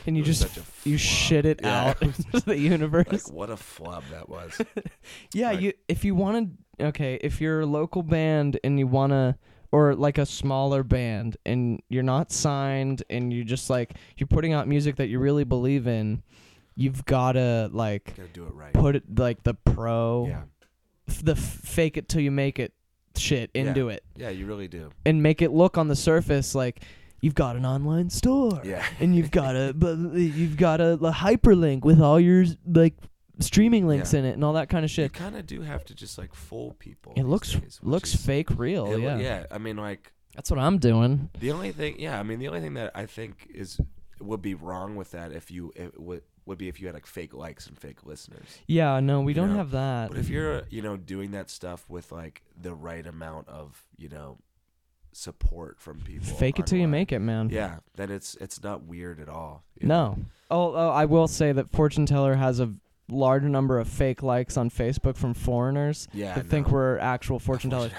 S2: and you
S1: It was
S2: just
S1: such a
S2: you
S1: flop.
S2: shit it
S1: Yeah,
S2: out into the universe
S1: [laughs] Like what a flub that
S2: [laughs]
S1: was.
S2: Yeah,
S1: Like-
S2: you if you want to okay, if you're a local band and you want to or like a smaller band and you're not signed and you just like you're putting out music that you really believe in, you've got to like
S1: Gotta do it right.
S2: put it like the pro
S1: Yeah,
S2: f- the f- fake it till you make it shit
S1: Yeah.
S2: into it
S1: yeah, you really do.
S2: and make it look on the surface like you've got an online store
S1: Yeah.
S2: and you've got a blah, blah, blah, you've got a, a hyperlink with all your like streaming links
S1: Yeah.
S2: in it and all that kind of shit.
S1: You kind of do have to just like fool people.
S2: It
S1: these
S2: looks
S1: days, which
S2: looks
S1: is-
S2: fake real.
S1: it-
S2: yeah.
S1: yeah. I mean, like
S2: that's what I'm doing.
S1: the only thing, yeah. I mean, the only thing that I think is would be wrong with that if you it would would be if you had like fake likes and fake listeners.
S2: Yeah, no, we
S1: You
S2: don't
S1: know,
S2: have that.
S1: But if you're you know doing that stuff with like the right amount of you know support from people,
S2: Fake it till you
S1: online,
S2: make it, man.
S1: Yeah, then it's it's not weird at all. you know?
S2: No. Oh, oh, I will say that fortune teller has a large number of fake likes on Facebook from foreigners
S1: Yeah.
S2: that think
S1: no. [laughs]
S2: we're actual fortune tellers.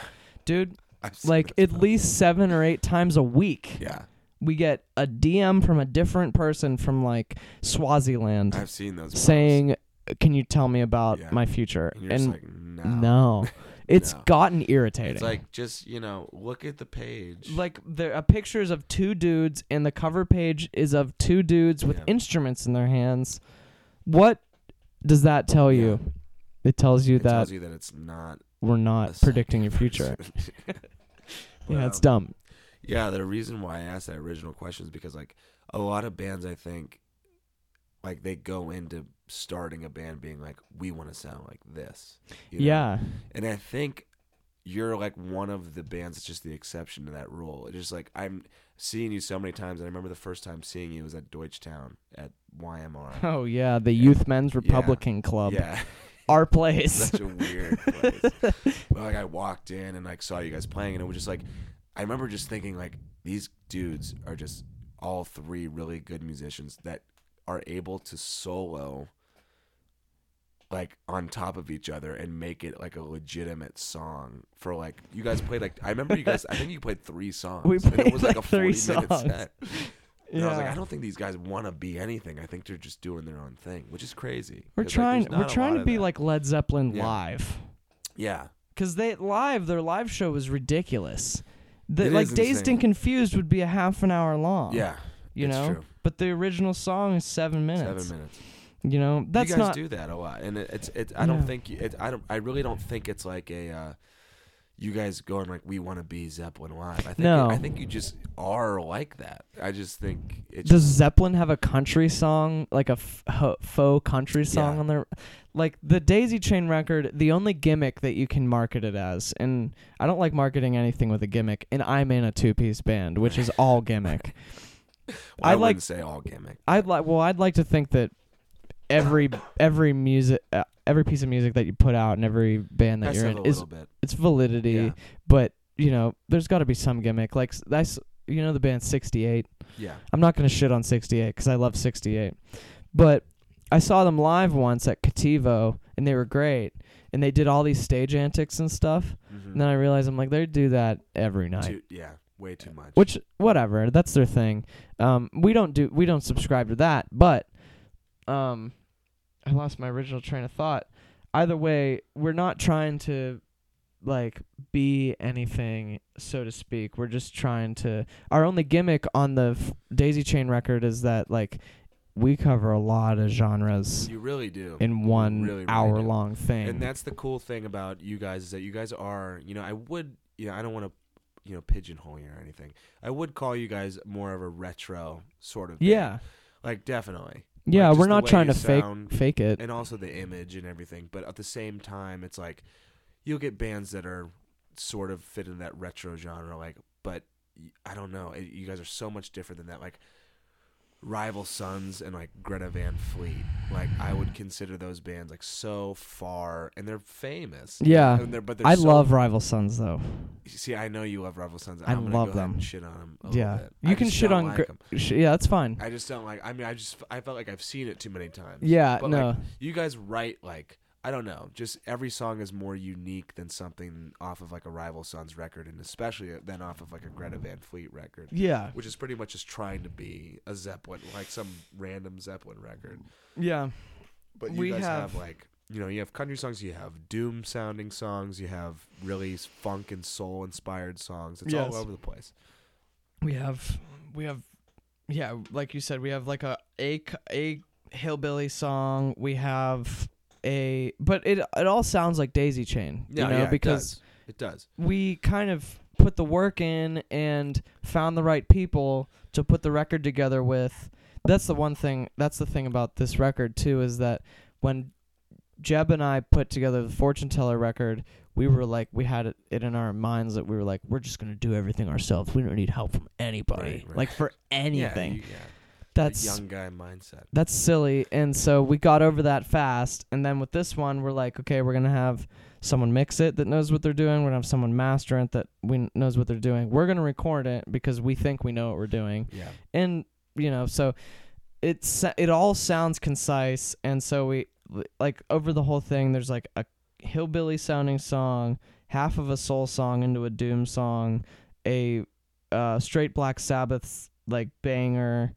S2: Dude,
S1: I've seen
S2: like
S1: that
S2: at
S1: stuff.
S2: least 7 or 8 times a week,
S1: Yeah,
S2: we get a DM from a different person from like Swaziland
S1: I've seen those. posts.
S2: saying, "Can you tell me about
S1: Yeah.
S2: my future?"
S1: and you're just like, no, [laughs]
S2: no. It's
S1: No.
S2: gotten irritating.
S1: It's like just you know look at the page.
S2: like there are pictures of two dudes and the cover page is of two dudes with
S1: Yeah.
S2: instruments in their hands what does that tell
S1: Yeah.
S2: you it tells you
S1: it
S2: that
S1: tells you that it's not
S2: we're
S1: a
S2: not
S1: sign
S2: predicting your
S1: of
S2: future
S1: person.
S2: yeah it's
S1: Wow.
S2: dumb
S1: [laughs] Yeah, the reason why I asked that original question is because like a lot of bands, I think, like they go into starting a band being like, we want to sound like this. you know?
S2: yeah [laughs]
S1: and I think you're like one of the bands that's just the exception to that rule. It's just like I'm seeing you so many times, and I remember the first time seeing you was at Deutschtown at YMR.
S2: [laughs] oh yeah the
S1: Yeah.
S2: youth men's republican club
S1: Yeah, [laughs]
S2: our place [laughs]
S1: such a weird place. But, like I walked in and like saw you guys playing, and it was just like I remember just thinking like these dudes are just all three really good musicians that are able to solo like on top of each other and make it like a legitimate song for like you guys played like I remember you guys I think you played three songs
S2: We
S1: and it
S2: played,
S1: was like a
S2: like, three
S1: 40 minute
S2: songs.
S1: set. And
S2: yeah.
S1: I was like I don't think these guys want to be anything. I think they're just doing their own thing, which is crazy.
S2: we're
S1: 'Cause, like,
S2: trying
S1: there's
S2: we're
S1: not a
S2: trying
S1: lot
S2: to
S1: of
S2: be
S1: that.
S2: like led zeppelin
S1: Yeah.
S2: live
S1: yeah.
S2: because they live their live show was ridiculous
S1: It
S2: the, like
S1: is
S2: dazed
S1: insane.
S2: and confused would be a half an hour long
S1: Yeah.
S2: you
S1: it's
S2: know
S1: true.
S2: but the original song is seven minutes
S1: 7 minutes.
S2: you know that's
S1: you guys
S2: not
S1: do that a lot, and it, it's it. I don't
S2: Yeah.
S1: think you- it. I don't. I really don't think it's like a. Uh, you guys going like we want to be Zeppelin live. I think
S2: No.
S1: I think you just are like that. I just think it's [laughs]
S2: Does Zeppelin have a country song, like a f- ho- faux country song
S1: Yeah.
S2: on their, like the Daisy Chain record? The only gimmick that you can market it as, and I don't like marketing anything with a gimmick. And I'm in a two-piece band, which is all gimmick.
S1: I,
S2: I
S1: wouldn't
S2: like-
S1: say all gimmick.
S2: I'd like, well, I'd like to think that every every music, uh, every piece of music that you put out, and every band that
S1: Has to
S2: you're
S1: have
S2: in
S1: a
S2: is
S1: little bit.
S2: its validity,
S1: Yeah.
S2: but you know, there's got to be some gimmick. Like s- that's you know the band 68.
S1: Yeah.
S2: I'm not gonna shit on 68 because I love 68, but I saw them live once at Cativo and they were great and they did all these stage antics and stuff. And then I realized I'm like they do that every night.
S1: Mm-hmm. Too- yeah, way too much.
S2: Which whatever, that's their thing. Um, we don't do we don't subscribe to that, but um, I lost my original train of thought. Either way, we're not trying to like be anything, so to speak. We're just trying to. Our only gimmick on the f- Daisy Chain record is that like we cover a lot of genres
S1: you really do.
S2: in one
S1: really, really do.
S2: hour long thing.
S1: and that's the cool thing about you guys is that you guys are you know i would you know i don't want to you know pigeonhole you or anything i would call you guys more of a retro sort of band.
S2: yeah,
S1: like definitely
S2: yeah.
S1: Like, just
S2: we're
S1: the
S2: not
S1: way
S2: trying
S1: you
S2: to fake
S1: sound
S2: fake
S1: [laughs]
S2: it.
S1: and also the image and everything but at the same time it's like you'll get bands that are sort of fit in that retro genre like but y- i don't know it, you guys are so much different than that like rival sons and like greta van fleet like i would consider those bands like so far and they're famous
S2: Yeah.
S1: and they're, but they're
S2: I
S1: so
S2: love Rival Sons though.
S1: See, I know you love Rival Sons.
S2: I
S1: I'm gonna
S2: love
S1: go ahead
S2: them.
S1: and shit on them. A
S2: Yeah.
S1: little bit.
S2: You
S1: I
S2: can
S1: just
S2: shit
S1: don't
S2: on
S1: Like
S2: Gr-
S1: 'em.
S2: Sh- yeah, that's fine.
S1: I just don't like. I mean, I just I felt like I've seen it too many times.
S2: Yeah,
S1: But,
S2: no.
S1: like, you guys write like I don't know. Just every song is more unique than something off of like a Rival Sons record, and especially than off of like a Greta Van Fleet record,
S2: yeah.
S1: which is pretty much just trying to be a Zeppelin, like some random Zeppelin record.
S2: Yeah.
S1: But you
S2: We
S1: guys have,
S2: have-
S1: like you know, you have country songs, you have doom sounding songs, you have really funk and soul inspired songs. It's
S2: Yes.
S1: all over the place.
S2: We have we have yeah, like you said, we have like a a c- a hillbilly song. We have a but it it all sounds like Daisy Chain, you know, because
S1: it does.
S2: we kind of put the work in and found the right people to put the record together with. That's the one thing. That's the thing about this record too is that when Jeb and I put together the fortune teller record, we were like we had it, it in our minds that we were like we're just gonna do everything ourselves. We don't need help from anybody,
S1: Right, right.
S2: like for anything.
S1: Yeah, you- yeah.
S2: that's
S1: the young guy mindset.
S2: that's silly. And so we got over that fast. And then with this one, we're like, okay, we're gonna have someone mix it that knows what they're doing. We're gonna have someone master it that we knows what they're doing. We're gonna record it because we think we know what we're doing.
S1: Yeah,
S2: And you know, so it's it all sounds concise. And so we like over the whole thing. There's like a hillbilly sounding song, half of a soul song into a doom song, a uh, straight Black Sabbath like banger,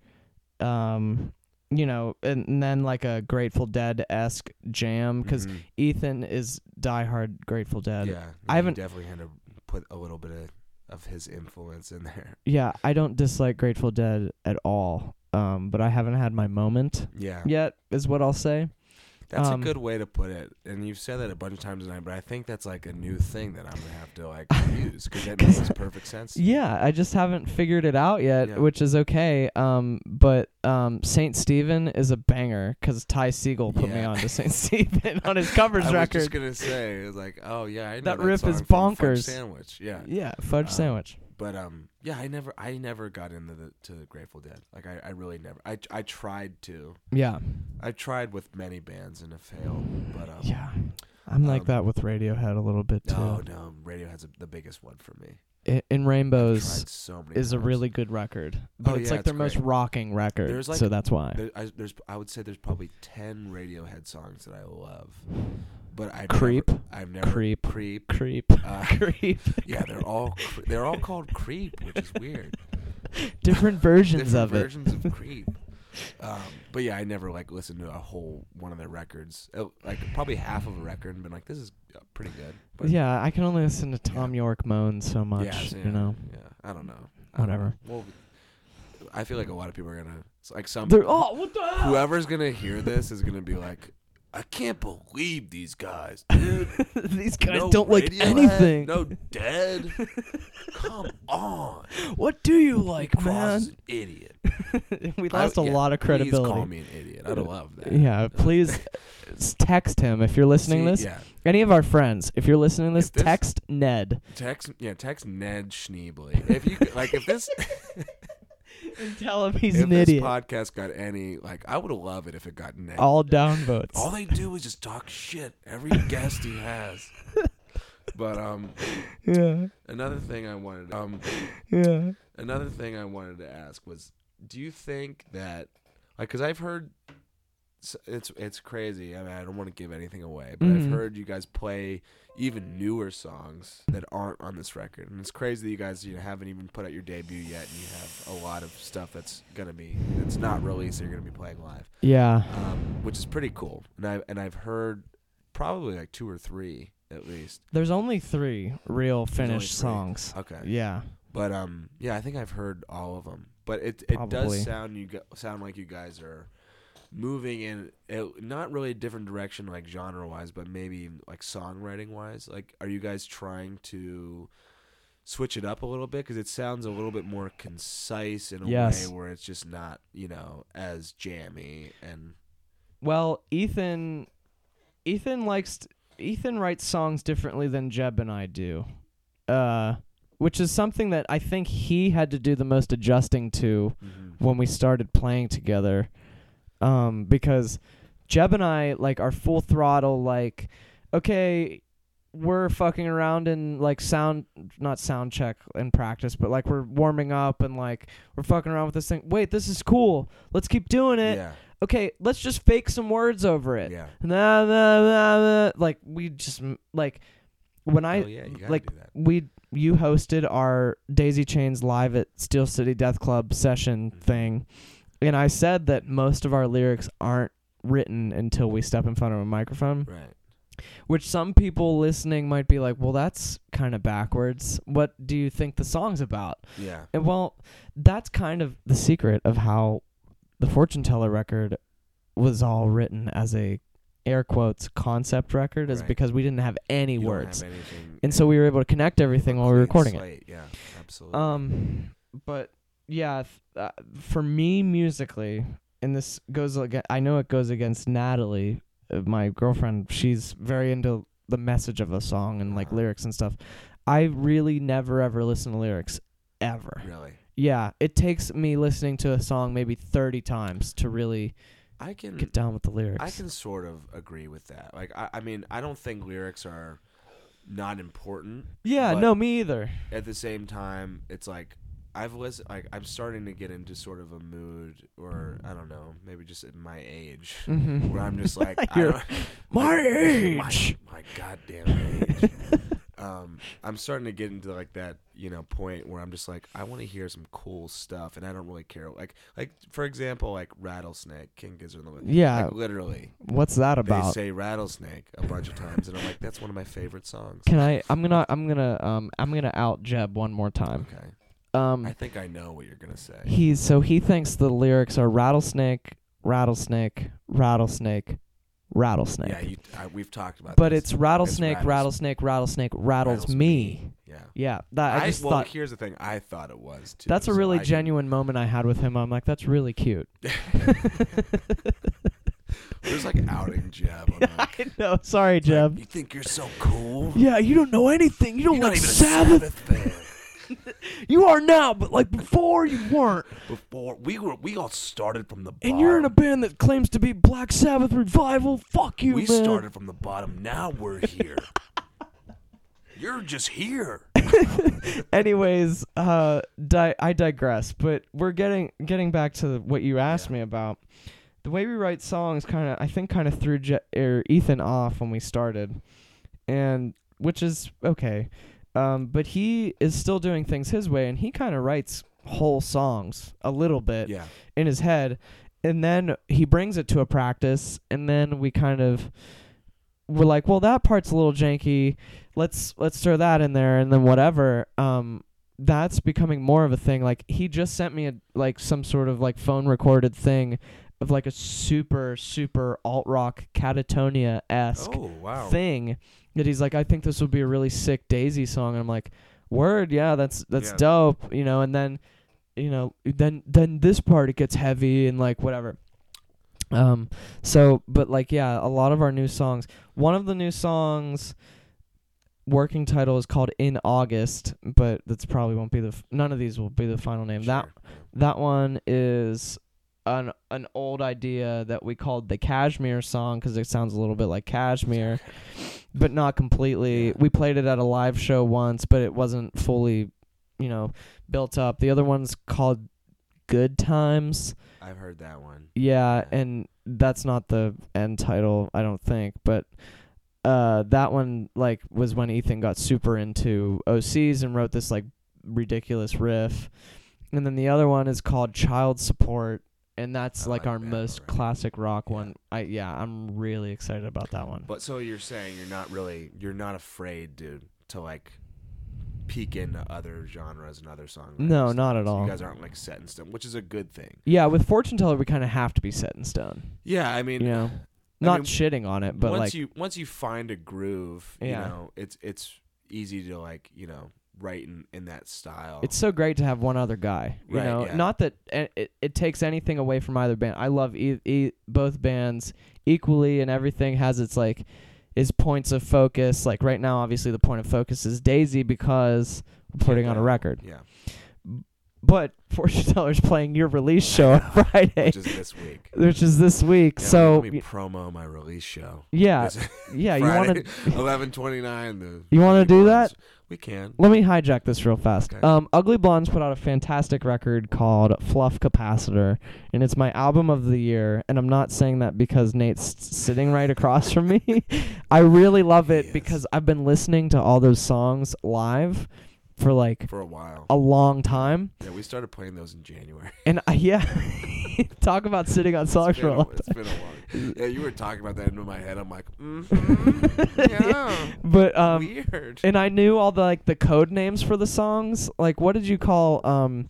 S2: um, you know, and, and then like a Grateful Dead esque jam because
S1: Mhm.
S2: Ethan is diehard Grateful Dead.
S1: yeah,
S2: I
S1: you
S2: haven't-
S1: definitely had to put a little bit of, of his influence in there. [laughs]
S2: Yeah, I don't dislike Grateful Dead at all, um, but I haven't had my moment
S1: Yeah,
S2: yet, is what I'll say.
S1: that's
S2: um,
S1: a good way to put it. And you've said that a bunch of times tonight, but I think that's like a new thing that I'm gonna have to
S2: [laughs]
S1: like use because that
S2: 'Cause-
S1: makes perfect sense.
S2: Yeah, I just haven't figured it out yet,
S1: Yeah.
S2: which is okay. Um, but um, Saint Stephen is a banger because Ty Siegel put me
S1: Yeah.
S2: on to Saint [laughs] Stephen
S1: [laughs]
S2: on his covers
S1: I
S2: record.
S1: was just gonna say, it was like, oh yeah, I know
S2: That
S1: that,
S2: riff is
S1: song from Fudge
S2: bonkers.
S1: Sandwich, yeah.
S2: yeah, fudge
S1: Um,
S2: sandwich.
S1: But um, yeah, I never, I never got into the to the Grateful Dead. Like I, I really never. I, I tried to.
S2: Yeah,
S1: I tried with many bands and it failed. But um,
S2: yeah. I'm like
S1: um,
S2: that with Radiohead a little bit too.
S1: No, Oh, no. Radiohead's the biggest one for me.
S2: I- In
S1: I've
S2: Rainbows
S1: tried so many
S2: is a
S1: times.
S2: really good record, but
S1: Oh,
S2: it's
S1: yeah,
S2: like their
S1: it's
S2: most
S1: great.
S2: rocking record.
S1: There's, like,
S2: so that's why.
S1: There, I, there's I would say there's probably ten Radiohead songs that I love, but I
S2: Creep,
S1: Never, I've never
S2: Creep.
S1: creep.
S2: creep,
S1: Uh, [laughs]
S2: creep.
S1: yeah, they're all cre- they're all called creep, which is weird.
S2: Different versions
S1: Different
S2: of
S1: versions
S2: [laughs]
S1: of creep. Um, but yeah, I never like listened to a whole one of their records, Uh, like probably half of a record, and been like, this is uh, pretty good.
S2: it.
S1: But
S2: Yeah, I can only listen to Tom York moan so much.
S1: Yeah, Um, so, yeah,
S2: You know.
S1: Yeah, I don't know. I don't
S2: Whatever.
S1: know. Well, I feel like a lot of people are gonna it's like some
S2: They're oh what the hell?
S1: whoever's gonna hear this is gonna be like, I can't believe these guys, dude.
S2: These [laughs] guys
S1: No
S2: don't like
S1: Radiohead,
S2: anything. [laughs]
S1: No Dead. Come on.
S2: What do you [laughs] like,
S1: Cross
S2: man? [laughs]
S1: is an idiot.
S2: we
S1: I-
S2: lost a
S1: yeah,
S2: lot of credibility.
S1: Please call me an idiot. I'd love that.
S2: Yeah,
S1: [laughs]
S2: please s- text him if you're listening
S1: See,
S2: this.
S1: Yeah.
S2: Any of our friends, if you're listening to this,
S1: If this-
S2: text
S1: [laughs]
S2: Ned.
S1: Text yeah, text Ned Schneebly. If you could- like if this
S2: and tell him [laughs] he's
S1: if
S2: an
S1: this
S2: idiot.
S1: podcast got any like I would love it if it got Ned.
S2: All downvotes.
S1: All they do is just talk shit every guest he
S2: [laughs]
S1: has. But um
S2: yeah,
S1: another thing I wanted um
S2: yeah.
S1: another thing I wanted to ask was, do you think that, like, because I've heard, s- it's it's crazy. I mean, I don't want to give anything away, but
S2: Mhm.
S1: I've heard you guys play even newer songs that aren't on this record, and it's crazy that you guys you know, haven't even put out your debut yet, and you have a lot of stuff that's gonna be that's not released that you're gonna be playing live,
S2: Yeah.
S1: um, which is pretty cool. And I and I've heard probably like two or three at least.
S2: There's only three real
S1: only
S2: Finnish
S1: three.
S2: songs.
S1: Okay,
S2: Yeah.
S1: But um, yeah, I think I've heard all of them. But it it
S2: Probably.
S1: does sound you gu- sound like you guys are moving in a, not really a different direction, like genre wise, but maybe like songwriting wise. Like, are you guys trying to switch it up a little bit? Because it sounds a little bit more concise in a
S2: Yes.
S1: way where it's just not you know as jammy and
S2: Well, Ethan, Ethan likes Ethan writes songs differently than Jeb and I do, uh, which is something that I think he had to do the most adjusting to when we started playing together, um, because Jeb and I like are full throttle like, okay. We're fucking around and like sound, not sound check in practice, but like we're warming up and like we're fucking around with this thing. Wait, this is cool. Let's keep doing it
S1: yeah,
S2: okay, let's just fake some words over it.
S1: yeah.
S2: Nah, nah, nah, nah. Like we just m- like when I
S1: Oh, yeah, you gotta
S2: like
S1: do that.
S2: we you hosted our Daisy Chains live at Steel City Death Club session
S1: Mm-hmm.
S2: thing, and I said that most of our lyrics aren't written until we step in front of a microphone
S1: right.
S2: which some people listening might be like well that's kind of backwards what do you think the song's about
S1: Yeah,
S2: and well, that's kind of the secret of how the fortune teller record was all written as a air quotes concept record is
S1: Right.
S2: because we didn't have any
S1: You don't
S2: words.
S1: have anything-
S2: and so we were able to connect everything while we were
S1: clean
S2: recording it.
S1: slate, Yeah, absolutely.
S2: Um but yeah, th- uh, for me musically and this goes against, I know it goes against Natalie, uh, my girlfriend, she's very into the message of a song and like
S1: Uh-huh.
S2: lyrics and stuff. I really never ever listen to lyrics ever.
S1: really.
S2: Yeah, it takes me listening to a song maybe 30 times to really
S1: I can
S2: get down with the lyrics.
S1: Mm. I can sort of agree with that. Like, I, I mean, I don't think lyrics are not important.
S2: yeah,
S1: but
S2: no, me either.
S1: At the same time, it's like I've listened. Like, I'm starting to get into sort of a mood, or I don't know, maybe just at my age,
S2: Mhm.
S1: where I'm
S2: [laughs]
S1: just like, I
S2: You're-
S1: don't,
S2: My
S1: [laughs] my,
S2: age.
S1: my goddamn
S2: [laughs]
S1: age. um, I'm starting to get into like that, you know, point where I'm just like, I want to hear some cool stuff, and I don't really care. Like, like for example, like rattlesnake, King Gizzard, and the Lizard.
S2: Yeah.
S1: like, literally.
S2: What's that
S1: They
S2: about?
S1: say rattlesnake a bunch of times, and I'm like, that's one of my favorite songs.
S2: Can I I'm going to I'm going to um I'm going to out Jeb one more time.
S1: Okay, I
S2: Um
S1: think I know what you're gonna say.
S2: he so he thinks the lyrics are rattlesnake, rattlesnake, rattlesnake, rattlesnake.
S1: Yeah, you, I, we've talked about.
S2: but
S1: this.
S2: it's rattlesnake,
S1: rattles-
S2: rattlesnake, rattlesnake, rattles,
S1: Rattles
S2: me.
S1: yeah.
S2: Yeah, that I, just
S1: well,
S2: thought
S1: here's the thing. I thought it was too.
S2: that's a
S1: so
S2: really
S1: I didn't-
S2: genuine moment I had with him. I'm like, that's
S1: [laughs]
S2: really cute.
S1: We're just like outing Jeb.
S2: [laughs]
S1: I'm like,
S2: I know. Sorry,
S1: it's like,
S2: Jeb.
S1: you think you're so cool?
S2: Yeah, you don't know anything. You don't
S1: You're not
S2: like
S1: even
S2: Sabbath.
S1: a Sabbath fan.
S2: You are now, but like before you weren't.
S1: Before we were, we all started from the bottom.
S2: And you're in a band that claims to be Black Sabbath revival. Fuck you,
S1: We
S2: man.
S1: started from the bottom. Now we're
S2: [laughs]
S1: here. you're just here.
S2: [laughs] Anyways, uh, di- I digress. But we're getting getting back to what you asked me about. The way we write songs, kind of, I think, kind of threw Je- er, Ethan off when we started, and which is okay. Um, but he is still doing things his way, and he kind of writes whole songs a little bit.
S1: Yeah.
S2: in his head and then he brings it to a practice and then we kind of we're like well that part's a little janky let's let's throw that in there and then whatever um that's becoming more of a thing like he just sent me a like some sort of like phone recorded thing of like a super super alt rock catatonia esque
S1: Oh wow.
S2: thing that he's like, I think this would be a really sick Daisy song. And I'm like, word, yeah, that's that's
S1: Yeah.
S2: dope, you know. And then, you know, then then this part it gets heavy and like whatever. Um, so but like yeah, a lot of our new songs. One of the new songs. Working title is called In August, but that's probably won't be the f- none of these will be the final name. That
S1: Sure.
S2: that one is an an old idea that we called the Cashmere song because it sounds a little bit like Cashmere, but not completely.
S1: Yeah.
S2: We played it at a live show once, but it wasn't fully, you know, built up. The other one's called Good Times.
S1: I've heard that one.
S2: Yeah,
S1: Yeah.
S2: and that's not the end title, I don't think, but uh that one like was when Ethan got super into OCs and wrote this like ridiculous riff. And then the other one is called Child Support and that's
S1: I
S2: like,
S1: like
S2: our
S1: that
S2: most
S1: already.
S2: classic rock
S1: Yeah.
S2: one. I yeah, I'm really excited about that one.
S1: But so you're saying you're not really you're not afraid to to like peek into other genres and other songwriters.
S2: No, not at
S1: So
S2: all.
S1: You guys aren't like set in stone, which is a good thing.
S2: yeah, with Fortune Teller we kind of have to be set in stone.
S1: Yeah, I mean,
S2: You know. Not
S1: mean,
S2: shitting on it, but
S1: once
S2: like
S1: you once you find a groove,
S2: Yeah.
S1: you know, it's it's easy to like you know write in, in that style.
S2: It's so great to have one other guy. You
S1: Oh. Right,
S2: know,
S1: yeah.
S2: not that it, it, it takes anything away from either band. I love e- e- both bands equally, and everything has its like its points of focus. Like right now, obviously, the point of focus is Daisy because we're putting on a record.
S1: yeah,
S2: [laughs] But [laughs] Fortune Teller's playing your
S1: [laughs]
S2: release show on Friday,
S1: which is this
S2: [laughs]
S1: week.
S2: which is this week.
S1: Yeah,
S2: so
S1: let me promo my release show. [laughs]
S2: yeah,
S1: This-
S2: yeah, you want
S1: Friday, [laughs]
S2: to
S1: eleven twenty nine. The
S2: You wanna
S1: Ugly
S2: do
S1: Blondes. We can.
S2: Let me hijack this real fast.
S1: Okay.
S2: Um, Ugly Blondes put out a fantastic record called Fluff Capacitor, and it's my album of the year. And I'm not saying that because Nate's s- sitting right across from me. [laughs] I really love it
S1: Yes.
S2: because I've been listening to all those songs live for like
S1: for a while.
S2: a long time.
S1: Yeah, we started playing those in January. [laughs]
S2: And I, [laughs] yeah, talk about sitting on songs
S1: It's
S2: for
S1: been,
S2: a
S1: a,
S2: long
S1: it's been a while. Yeah, you were talking about that in my head. I'm like, mm
S2: Yeah. [laughs]
S1: yeah,
S2: But um,
S1: weird.
S2: and I knew all the like the code names for the songs. Like what did you call um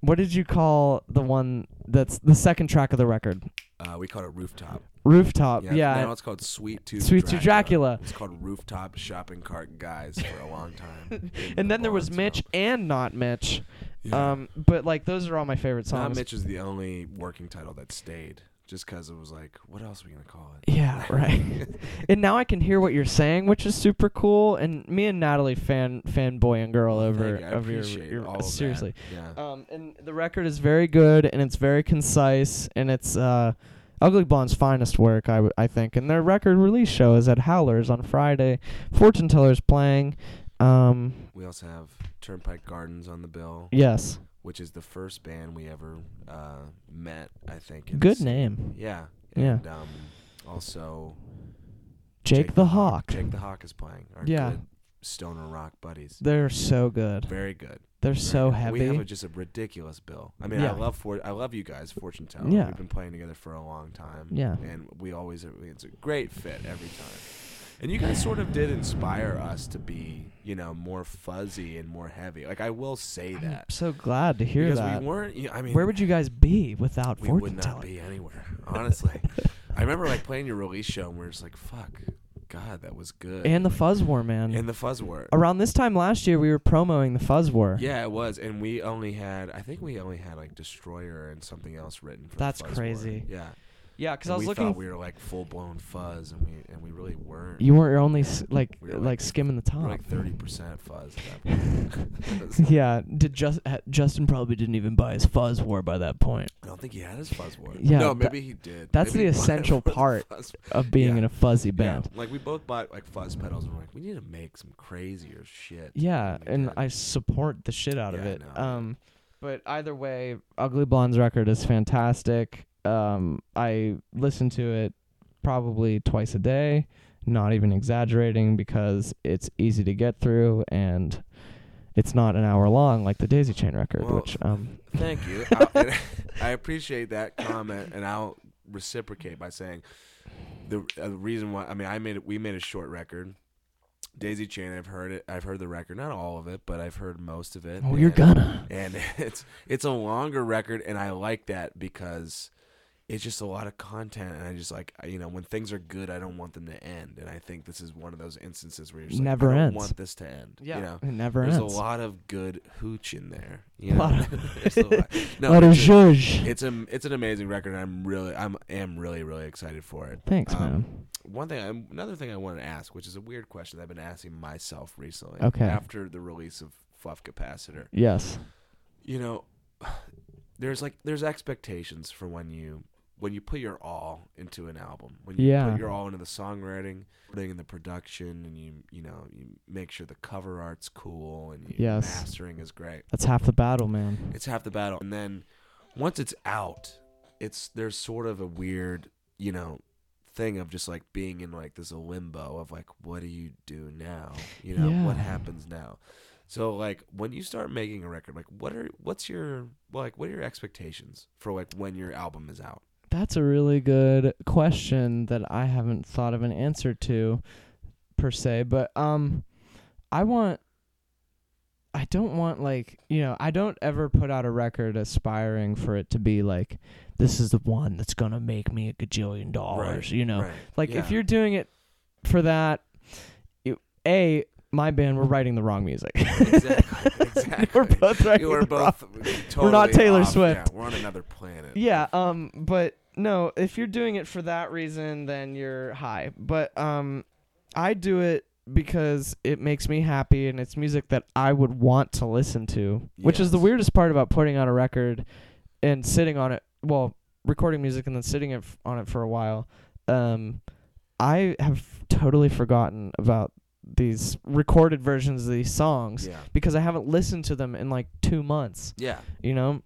S2: what did you call the one that's the second track of the record?
S1: Uh, we called it rooftop.
S2: Rooftop.
S1: Yeah,
S2: Uh, Yeah.
S1: Now it's called Sweet Tooth.
S2: Sweet Tooth Dracula.
S1: It's called Rooftop Shopping Cart Guys for a long
S2: [laughs]
S1: time. in
S2: and
S1: the
S2: then there was
S1: Barnes
S2: Mitch
S1: Room.
S2: and not Mitch.
S1: Yeah.
S2: Um but like those are all my favorite songs.
S1: Not Mitch is the only working title that stayed, just because it was like, what else are we gonna call it?
S2: Yeah, [laughs]
S1: [laughs]
S2: right. and now I can hear what you're saying, which is super cool. And me and Natalie fan fanboy and girl over
S1: Thank you. I
S2: over your,
S1: appreciate
S2: your
S1: all of that.
S2: seriously.
S1: Yeah.
S2: Um, and the record is very good, and it's very concise, and it's uh, Ugly Blonde's finest work, I, w- I think. And their record release show is at Howlers on Friday. Fortune Teller's playing. Um,
S1: we also have Turnpike Gardens on the bill,
S2: yes,
S1: which is the first band we ever uh, met. I think. in
S2: good
S1: Seattle.
S2: name,
S1: Yeah.
S2: Yeah.
S1: And um, also
S2: Jake, the, Hawk.
S1: Jake the Hawk is playing. Our
S2: Yeah.
S1: good stoner rock buddies.
S2: They're so good.
S1: Very good.
S2: They're
S1: very
S2: so
S1: good. We have a,
S2: heavy.
S1: just a ridiculous bill. I mean,
S2: Yeah.
S1: I love for I love you guys, Fortune Teller.
S2: Yeah.
S1: We've been playing together for a long time.
S2: Yeah.
S1: And we always it's a great fit every time. And you guys sort of did inspire us to be, you know, more fuzzy and more heavy. Like I will say
S2: I'm
S1: that
S2: so glad to hear
S1: because
S2: that.
S1: we weren't. You know, I mean,
S2: Where would you guys be without
S1: we
S2: Fortune
S1: would not
S2: Teller?
S1: be anywhere. Honestly, I remember like playing your release show and we are just like, "Fuck, God, that was good."
S2: And the
S1: Like,
S2: Fuzz War, man.
S1: and the fuzz word.
S2: Around this time last year, we were promoting the Fuzz War.
S1: Yeah, it was, and we only had I think we only had like Destroyer and something else written for. the
S2: That's
S1: fuzz word.
S2: crazy.
S1: Yeah,
S2: yeah. Because
S1: And
S2: I was
S1: we
S2: looking
S1: thought we were like full blown fuzz, and we and we really weren't.
S2: You weren't only s- like
S1: We were,
S2: like,
S1: like,
S2: skimming the
S1: we
S2: top.
S1: were like thirty percent fuzz. At
S2: [laughs]
S1: that point. [laughs]
S2: yeah, did just uh, Justin probably didn't even buy his fuzz war by that point
S1: I don't think he had his fuzz word.
S2: Yeah,
S1: no,
S2: tha-
S1: maybe he did.
S2: that's
S1: Maybe
S2: the
S1: he bought it
S2: essential
S1: for the [laughs]
S2: part
S1: fuzz-
S2: of being
S1: Yeah.
S2: in a fuzzy
S1: Yeah,
S2: band.
S1: like we both bought like fuzz pedals, and we're like, we need to make some crazier shit.
S2: Yeah,
S1: we
S2: and
S1: did.
S2: I support the shit out of
S1: Yeah,
S2: it.
S1: no, yeah.
S2: um, but either way, Ugly Blonde's record is fantastic. Um, I listen to it probably twice a day. Not even exaggerating because it's easy to get through and it's not an hour long like the Daisy Chain record,
S1: Well,
S2: which um,
S1: Thank
S2: [laughs]
S1: you. I, [laughs] I appreciate that comment, and I'll reciprocate by saying the uh, the reason why. I mean, I made it, we made a short record. Daisy Chain. I've heard it. I've heard the record. Not all of it, but I've heard most of it.
S2: oh, you're
S1: and- [laughs]
S2: gonna.
S1: And it's it's a longer record, and I like that because it's just a lot of content, and I just like I- you know when things are good, I don't want them to end, and I think this is one of those instances where you're just like,
S2: Never
S1: I don't
S2: ends.
S1: want this to end.
S2: Yeah,
S1: you know?
S2: it never
S1: there's
S2: ends.
S1: a lot of good hooch in there. You know?
S2: Lot of-
S1: [laughs] There's a lot.
S2: [laughs]
S1: No,
S2: Lot of
S1: it's, a-
S2: zhuzh.
S1: it's a it's an amazing record. And I'm really I'm am really really excited for it.
S2: Thanks,
S1: um,
S2: man.
S1: One thing, um, another thing I wanted to ask, which is a weird question that I've been asking myself recently.
S2: Okay.
S1: After the release of Fluff Capacitor,
S2: Yes.
S1: you know, [sighs] there's like there's expectations for when you when you put your all into an album, when you
S2: Yeah.
S1: put your all into the songwriting, putting in the production, and you you know you make sure the cover art's cool and your
S2: Yes.
S1: mastering is great.
S2: That's half the battle, man.
S1: It's half the battle, and then once it's out, it's there's sort of a weird you know thing of just like being in like this limbo of like what do you do now you know what
S2: Yeah.
S1: happens now so like when you start making a record like what are what's your like what are your expectations for like when your album is out
S2: That's a really good question that I haven't thought of an answer to per se, but um I want I don't want like, you know, I don't ever put out a record aspiring for it to be like this is the one that's going to make me a gajillion dollars, you know.
S1: right
S2: Like if
S1: Yeah.
S2: you're doing it for that, you, a my band we're writing the wrong music. [laughs]
S1: Exactly, exactly.
S2: we're both writing
S1: you were
S2: the wrong-
S1: both totally
S2: not Taylor
S1: off.
S2: Swift.
S1: yeah, we're on another planet
S2: Yeah, um but no, if you're doing it for that reason then you're high. But um I do it because it makes me happy and it's music that I would want to listen to, which is the
S1: Yes.
S2: weirdest part about putting on a record and sitting on it, well, recording music and then sitting it f- on it for a while. Um I have totally forgotten about these recorded versions of these songs
S1: yeah
S2: because I haven't listened to them in like 2 months
S1: yeah
S2: you know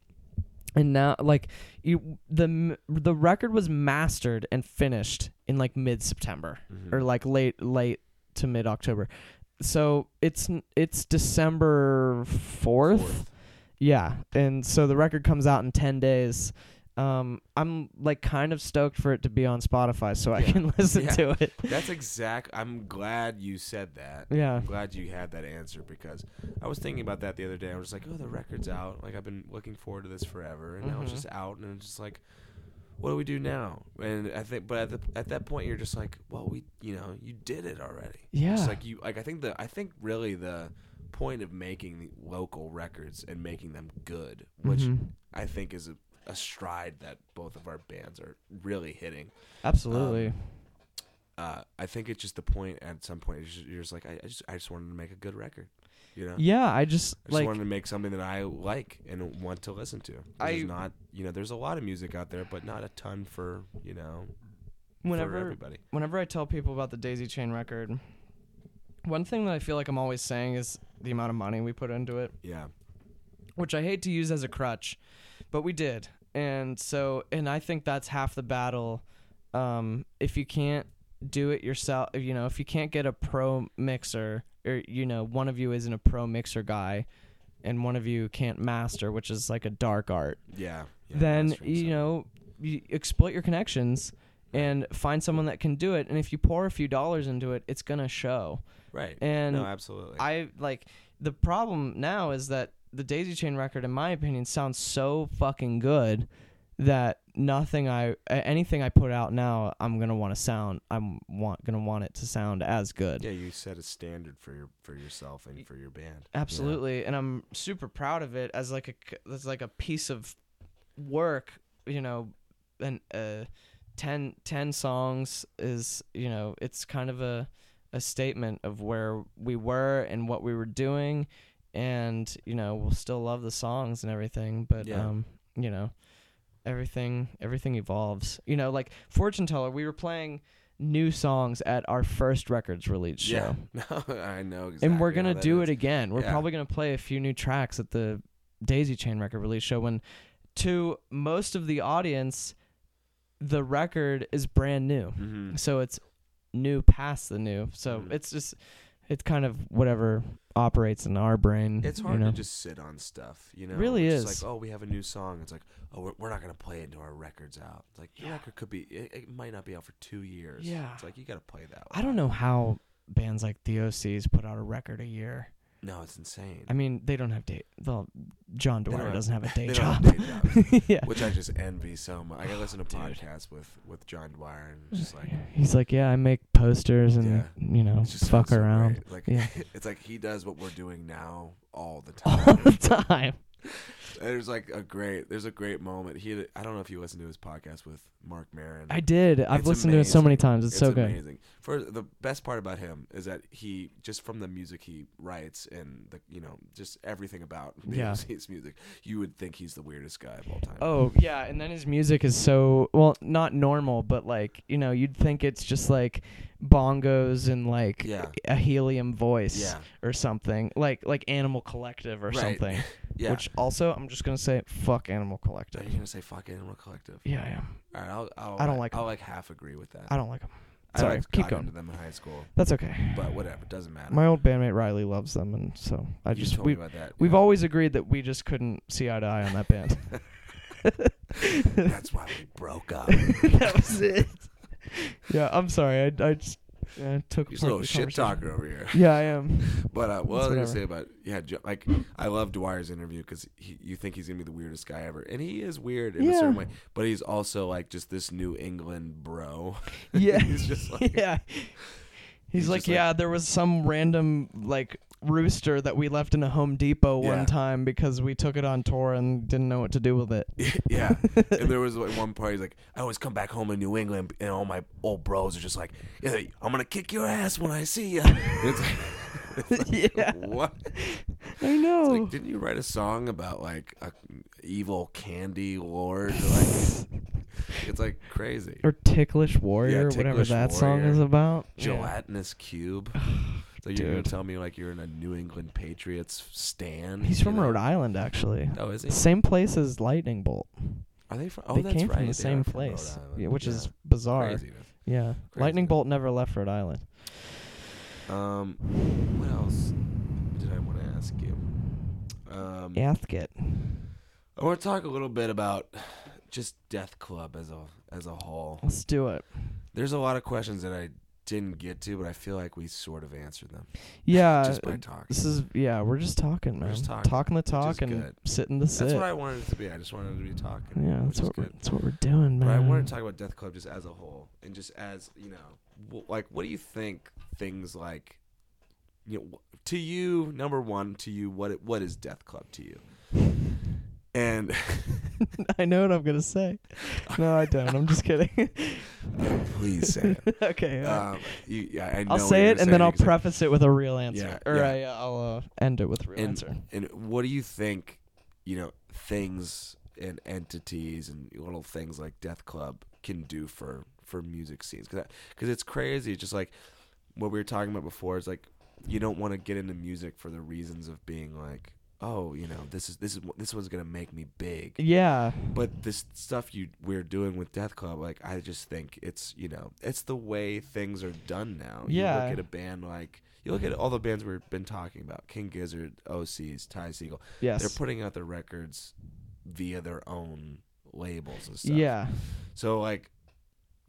S2: and now like you the m- the record was mastered and finished in like mid September
S1: Mhm.
S2: or like late late to mid October so it's n- it's December 4th,
S1: Fourth.
S2: yeah and so the record comes out in 10 days um I'm like kind of stoked for it to be on Spotify so I
S1: Yeah.
S2: can [laughs] listen
S1: Yeah.
S2: to it
S1: that's exact i'm glad you said that
S2: yeah
S1: I'm glad you had that answer because I was thinking about that the other day. I was like, oh, the record's out. Like I've been looking forward to this forever, and now it's
S2: Mhm.
S1: just out, and it's just like, what do we do now? And I think, but at the, at that point, you're just like, well, we, you know, you did it already.
S2: yeah
S1: It's like you, like I think the, I think really the point of making the local records and making them good, which um,
S2: Mhm.
S1: I think is a, a stride that both of our bands are really hitting
S2: absolutely
S1: uh, I think it's just the point at some point you're just, you're just like I, I just I just wanted to make a good record, you know.
S2: yeah I just
S1: I just
S2: like
S1: wanted to make something that I like and want to listen to.
S2: I-
S1: There's not you know there's a lot of music out there, but not a ton for you know for
S2: whenever
S1: everybody.
S2: whenever I tell people about the Daisy Chain record, one thing that I feel like I'm always saying is the amount of money we put into it,
S1: Yeah,
S2: which I hate to use as a crutch, but we did. And so, and I think that's half the battle. Um, if you can't do it yourself, you know, if you can't get a pro mixer, or, you know, one of you isn't a pro mixer guy and one of you can't master, which is like a dark art
S1: yeah. yeah
S2: then
S1: mastering
S2: you
S1: sound.
S2: know you exploit your connections and find someone that can do it and if you pour a few dollars into it it's going to show
S1: right?
S2: and
S1: no, absolutely.
S2: i like the problem now is that the daisy chain record in my opinion sounds so fucking good that nothing i a- anything i put out now i'm going to want to sound i'm want going to want it to sound as good
S1: yeah, you set a standard for your for yourself and for your band. Yeah.
S2: absolutely and i'm super proud of it as like a c- as like a piece of work you know and uh 10 10 songs is you know it's kind of a a statement of where we were and what we were doing and you know we'll still love the songs and everything but
S1: Yeah.
S2: um you know everything everything evolves you know like fortune teller we were playing new songs at our first records release show
S1: Yeah, [laughs] no, I know. Exactly
S2: and we're
S1: how
S2: gonna
S1: that
S2: do
S1: is.
S2: it again. We're
S1: Yeah.
S2: probably gonna play a few new tracks at the Daisy Chain record release show. When to most of the audience, the record is brand new,
S1: Mhm.
S2: so it's new past the new. So
S1: Mhm.
S2: it's just it's kind of whatever operates in our brain.
S1: It's
S2: you
S1: hard
S2: know?
S1: to just sit on stuff, you know.
S2: Really
S1: It's just
S2: is.
S1: like, oh, we have a new song. It's like, oh, we're, we're not gonna play it until our record's out. It's like your record could be, it, it might not be out for two years.
S2: Yeah.
S1: It's like you gotta play that.
S2: I don't know how bands like the OCs put out a record a year.
S1: No, it's insane.
S2: I mean, they don't have day. Well, John
S1: They don't
S2: Dwyer
S1: have-
S2: doesn't have a
S1: [laughs]
S2: day
S1: They
S2: job.
S1: don't have day jobs,
S2: [laughs] yeah.
S1: Which I just envy so much. I can listen to
S2: [laughs] Dude.
S1: podcasts with with John Dwyer and it's just like
S2: He's like, yeah, I make posters and
S1: Yeah.
S2: you know,
S1: it's just
S2: fuck
S1: sounds so
S2: around
S1: great. Like
S2: Yeah.
S1: [laughs] it's like he does what we're doing now all
S2: [laughs]
S1: the
S2: all the
S1: time.
S2: time.
S1: there's like a great there's a great moment. He had- I don't know if you listened to his podcast with Mark Maron.
S2: I did. I've
S1: It's
S2: listened to it so many times. It's, so good.
S1: amazing. For the best part about him is that he just from the music he writes and the you know just everything about [laughs]
S2: Yeah.
S1: his music, you would think he's the weirdest guy of all time.
S2: Oh yeah, and then his music is so well not normal, but like you know you'd think it's just like bongos and like
S1: Yeah.
S2: a helium voice
S1: Yeah.
S2: or something like like Animal Collective or
S1: Right.
S2: something.
S1: [laughs] yeah.
S2: Which also I'm just gonna say fuck Animal
S1: Are
S2: Collective.
S1: you gonna say fuck Animal Collective?
S2: Yeah, I am.
S1: All right, I'll, I'll,
S2: I don't like
S1: I'll
S2: 'em.
S1: like half agree with that.
S2: I don't like them.
S1: I
S2: sorry,
S1: like
S2: keep
S1: got
S2: going.
S1: into them in high school,
S2: That's okay.
S1: but whatever, doesn't matter.
S2: My old bandmate Riley loves them, and so I
S1: You
S2: just
S1: told me
S2: we
S1: about that.
S2: we've
S1: yeah.
S2: always agreed that we just couldn't see eye to eye on that band.
S1: That's why we broke up.
S2: [laughs] that was it. [laughs] Yeah, I'm sorry. I I just uh, took
S1: He's a
S2: part in
S1: little
S2: the
S1: shit
S2: conversation.
S1: talker over here.
S2: Yeah, I am.
S1: [laughs] But uh, what I was
S2: It's
S1: I gonna
S2: whatever.
S1: say about yeah, Jo- like I love Dwyer's interview because you think he's gonna be the weirdest guy ever, and he is weird in a certain
S2: Yeah.
S1: way. But he's also like just this New England bro. [laughs]
S2: Yeah.
S1: he's
S2: [laughs]
S1: just like
S2: yeah. He's,
S1: He's
S2: like,
S1: just like-
S2: yeah, there was some random like rooster that we left in a Home Depot
S1: Yeah.
S2: one time because we took it on tour and didn't know what to do with it.
S1: [laughs] [laughs] yeah.
S2: [laughs]
S1: And there was like one part he's like, I always come back home in New England, and all my old bros are just like, "Yeah, I'm gonna kick your ass when I see you. [laughs] It's like, [laughs]
S2: yeah, Oh.
S1: what?
S2: I
S1: It's
S2: know.
S1: like, didn't you write a song about like a evil candy lord? Like, it's like crazy.
S2: or Ticklish Warrior, whatever
S1: Ticklish
S2: that song
S1: Warrior.
S2: is about. Yeah.
S1: Gelatinous
S2: [sighs]
S1: cube. So you're gonna
S2: Dude.
S1: tell me like you're in a New England Patriots stand?
S2: He's from Rhode
S1: Rhode Island.
S2: Island, actually.
S1: Oh, is he?
S2: Same place as Lightning Bolt.
S1: Are they from? Oh,
S2: they
S1: that's
S2: came
S1: right.
S2: from
S1: they are
S2: the same
S1: from Rhode
S2: place,
S1: Island.
S2: yeah, which
S1: Yeah.
S2: is bizarre.
S1: Craziness.
S2: Yeah,
S1: Crazy.
S2: Lightning Bolt never left Rhode Island.
S1: Um, what else did I want to ask you? Um,
S2: Ask it.
S1: I want to talk a little bit about just Death Club as a as a whole.
S2: Let's
S1: [laughs]
S2: do it.
S1: There's a lot of questions that I didn't get to, but I feel like we sort of answered them
S2: Yeah,
S1: just by talking.
S2: Uh, This is yeah, we're just talking,
S1: We're
S2: man.
S1: just talking,
S2: talking, the talk
S1: is
S2: and
S1: good.
S2: sitting the sit.
S1: That's what I wanted it to be. I just wanted it to be talking.
S2: yeah,
S1: which
S2: that's
S1: is
S2: what we're,
S1: good.
S2: that's what we're doing,
S1: But
S2: man.
S1: I want to talk about Death Club just as a whole, and just as you know, wh- like what do you think things like, you know, wh- to you number one to you what it, what is Death Club to you, and
S2: [laughs]
S1: [laughs]
S2: I know what I'm gonna say. No, I don't. I'm just kidding. [laughs]
S1: please say it.
S2: okay, all right.
S1: Um, you, yeah, I know
S2: I'll
S1: what
S2: say
S1: you're
S2: it
S1: gonna
S2: and then
S1: you
S2: I'll
S1: can say-
S2: preface it with a real answer,
S1: Yeah,
S2: or
S1: yeah.
S2: I, I'll uh, end it with a real
S1: And- [laughs]
S2: answer.
S1: And what do you think, you know, things and entities and little things like Death Club can do for for music scenes? Because it's crazy. It's just like what we were talking about before. Is like you don't want to get into music for the reasons of being like, oh, you know, this is this is this one's gonna make me big.
S2: Yeah,
S1: But this stuff you we're doing with Death Club, like I just think it's you know it's the way things are done now. You
S2: Yeah.
S1: look at a band like you look at all the bands we've been talking about: King Gizzard, OCs, Ty Segall.
S2: yes,
S1: They're putting out their records via their own labels and stuff.
S2: yeah,
S1: So like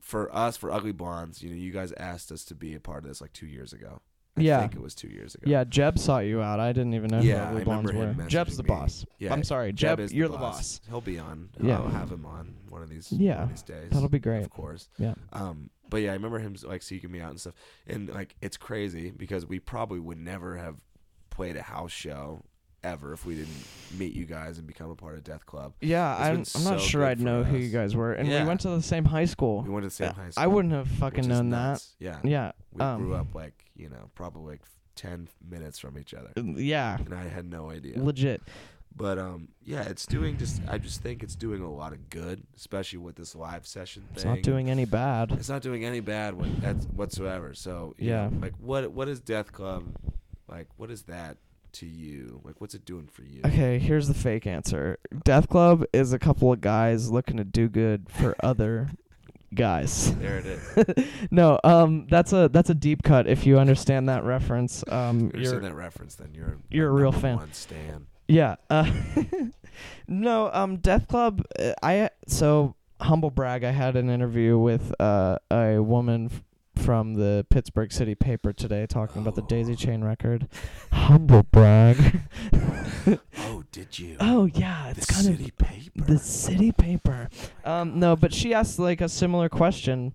S1: for us, for Ugly Blondes, you know, you guys asked us to be a part of this like two years ago. I
S2: Yeah.
S1: think it was two years ago.
S2: yeah. Jeb sought you out. I didn't even know
S1: Yeah,
S2: who
S1: I
S2: the blondes
S1: remember
S2: were.
S1: him messaging
S2: Jeb's the
S1: me.
S2: boss.
S1: Yeah,
S2: I'm sorry, Jeb.
S1: Jeb is
S2: you're the boss.
S1: He'll be on.
S2: Yeah.
S1: I'll have him on one of these.
S2: Yeah.
S1: one of these days.
S2: That'll be great.
S1: Of course.
S2: Yeah.
S1: Um, but yeah, I remember him like seeking me out and stuff, and like it's crazy because we probably would never have played a house show ever if we didn't meet you guys and become a part of Death Club.
S2: Yeah,
S1: It's been
S2: I'm, I'm not
S1: so
S2: sure
S1: good
S2: I'd
S1: for
S2: know who
S1: us.
S2: you guys were, and
S1: Yeah.
S2: we went to the same high school.
S1: We went to the same
S2: Uh,
S1: high school.
S2: I wouldn't have
S1: which
S2: fucking
S1: is
S2: known that.
S1: nuts. Yeah.
S2: Yeah,
S1: We
S2: um,
S1: grew up like you know probably like ten minutes from each other,
S2: yeah,
S1: and I had no idea.
S2: legit.
S1: But um, yeah, it's doing just. I just think it's doing a lot of good, especially with this live session thing.
S2: It's not doing any bad.
S1: It's not doing any bad one that's whatsoever. So you
S2: Yeah.
S1: know, like what what is Death Club? Like what is that to you? Like what's it doing for you?
S2: Okay, here's the fake answer. Death Club is a couple of guys looking to do
S1: [laughs]
S2: good for other guys.
S1: There it
S2: [laughs]
S1: is.
S2: No, um, that's a that's a deep cut. If you understand that reference, um,
S1: You're
S2: you're
S1: seeing that reference, then you're
S2: you're a
S1: my
S2: real
S1: number
S2: fan.
S1: One Stan.
S2: Yeah. Uh, [laughs] no, um, Death Club. uh, I so humble brag. I had an interview with uh, a woman f- from the Pittsburgh City paper today talking about the Daisy Chain record. Humble brag.
S1: Oh, did you?
S2: [laughs] oh yeah, it's
S1: the
S2: kind
S1: city paper.
S2: of the city paper.
S1: Oh
S2: Um, no, but she asked like a similar question,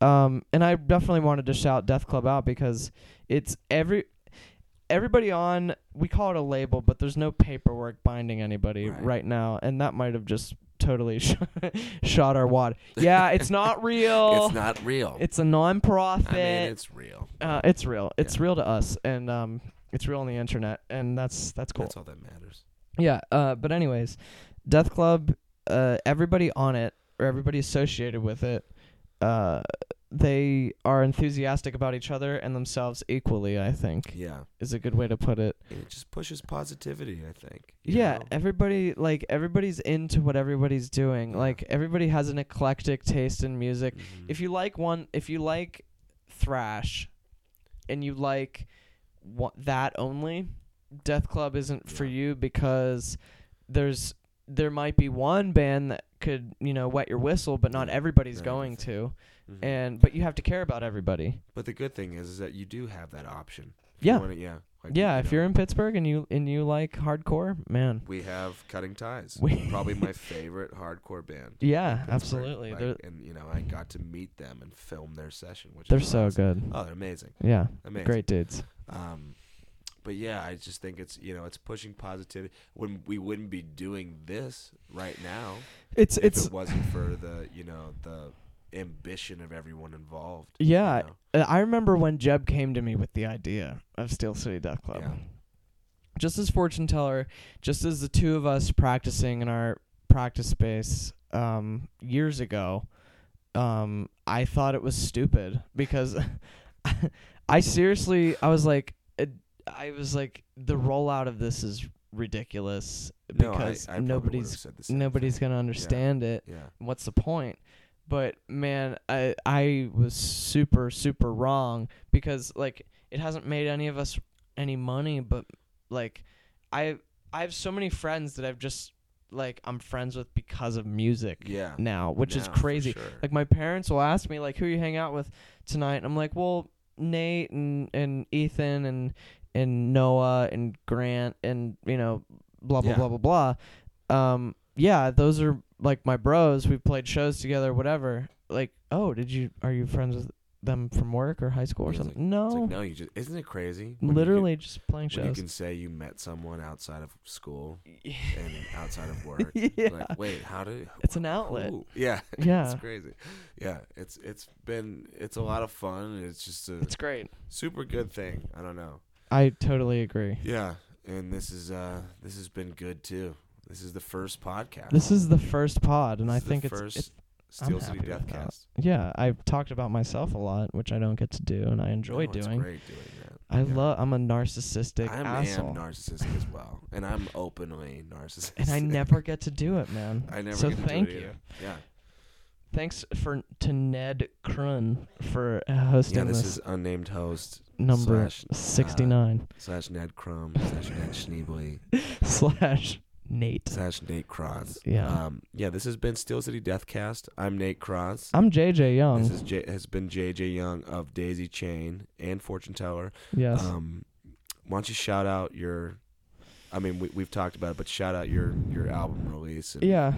S2: um, and I definitely wanted to shout Death Club out because it's every everybody on. We call it a label, but there's no paperwork binding anybody
S1: Right.
S2: right, now, and that might have just totally [laughs] sh- shot our wad.
S1: [laughs]
S2: Yeah, it's not real.
S1: It's not real.
S2: It's a non-profit.
S1: I mean, it's real.
S2: uh, it's real. It's
S1: Yeah.
S2: real to us, and um, it's real on the internet, and that's that's cool.
S1: That's all that matters.
S2: Yeah. Uh, but anyways, Death Club. Uh, everybody on it or everybody associated with it, uh, they are enthusiastic about each other and themselves equally. I think
S1: Yeah.
S2: is a good way to put it.
S1: And it just pushes positivity, I think. you
S2: Yeah,
S1: know?
S2: everybody like everybody's into what everybody's doing.
S1: Yeah.
S2: Like everybody has an eclectic taste in music.
S1: Mhm.
S2: if you like one if you like thrash and you like wha- that only death club isn't for
S1: Yeah.
S2: you because there's there might be one band that could you know wet your whistle but not
S1: Yeah,
S2: everybody's
S1: not
S2: going
S1: everything.
S2: to
S1: Mhm.
S2: and but you have to care about everybody
S1: But the good thing is, is that you do have that option. If you
S2: yeah
S1: wanna- yeah. Like,
S2: yeah
S1: you
S2: if
S1: know,
S2: you're in pittsburgh and you and you like hardcore man
S1: We have Cutting Ties.
S2: [laughs] We-
S1: probably my favorite hardcore band. in
S2: yeah
S1: Pittsburgh.
S2: absolutely
S1: Like,
S2: they're
S1: and you know, I got to meet them and film their session, which
S2: they're
S1: is
S2: so
S1: awesome.
S2: good
S1: Oh, they're amazing.
S2: yeah
S1: Amazing.
S2: great dudes
S1: Um, but yeah, I just think it's you know it's pushing positivity. When we wouldn't be doing this right now
S2: it's
S1: if
S2: it's
S1: it wasn't for the you know the ambition of everyone involved. you
S2: Yeah,
S1: know?
S2: Uh, I remember when Jeb came to me with the idea of Steel City Death Club.
S1: Yeah.
S2: Just as fortune teller, just as the two of us practicing in our practice space um, years ago, um, I thought it was stupid because [laughs] I seriously, I was like, it, I was like, the rollout of this is ridiculous
S1: No, I-
S2: because
S1: I probably would've
S2: nobody's
S1: said the same
S2: nobody's
S1: thing.
S2: gonna understand it
S1: Yeah.
S2: what's the point? But man, I I was super super wrong because like it hasn't made any of us any money, but like I I have so many friends that I've just like I'm friends with because of music
S1: Yeah.
S2: now, which is
S1: Now, for
S2: crazy.
S1: sure.
S2: Like my parents will ask me like who you hang out with tonight, and I'm like, well, Nate and and Ethan and and Noah and Grant and you know blah blah
S1: Yeah.
S2: blah blah blah. Um, yeah, those are like my bros. We've played shows together, whatever. Like, oh, did you are you friends with them from work or high school or
S1: Yeah, it's
S2: something?
S1: like-
S2: no,
S1: It's like, no, you just isn't it crazy? when you can-
S2: oh. literally just playing
S1: when you
S2: shows.
S1: can say you met someone outside of school
S2: [laughs] yeah,
S1: and outside
S2: [laughs]
S1: of work. Like, wait, how did?
S2: it's an outlet.
S1: who- Yeah, [laughs]
S2: Yeah,
S1: it's crazy. Yeah, it's it's been it's a lot of fun. It's just a
S2: it's great.
S1: super good thing. I don't know.
S2: I totally agree.
S1: Yeah, and this is uh this has been good too. This is the first podcast.
S2: This is the first pod, and
S1: This
S2: I
S1: is the
S2: think it's,
S1: first
S2: it's
S1: Steel
S2: I'm
S1: City
S2: happy with that.
S1: Deathcast.
S2: Yeah, I've talked about myself a lot, which I don't get to do, and I enjoy
S1: No, Oh, it's
S2: doing.
S1: great doing that.
S2: I
S1: Yeah.
S2: love. I'm a narcissistic
S1: I am
S2: asshole,
S1: narcissistic as well, and I'm openly narcissistic.
S2: and I never get to do it, man.
S1: [laughs] I never.
S2: So
S1: get to do
S2: thank
S1: it
S2: you.
S1: either. Yeah.
S2: Thanks for to Ned Krun for uh, hosting
S1: Yeah, this
S2: this,
S1: is unnamed host
S2: number
S1: slash, uh,
S2: sixty nine
S1: slash Ned Crumb slash Ned Schneebly
S2: [laughs] slash Nate.
S1: slash Nate Cross.
S2: Yeah.
S1: Um, yeah, this has been Steel City Deathcast. I'm Nate Cross.
S2: I'm JJ Young.
S1: This is J- has been JJ Young of Daisy Chain and Fortune Teller.
S2: yes.
S1: Um, why don't you shout out your? I mean, we, we've talked about it, but shout out your your album release. And
S2: yeah.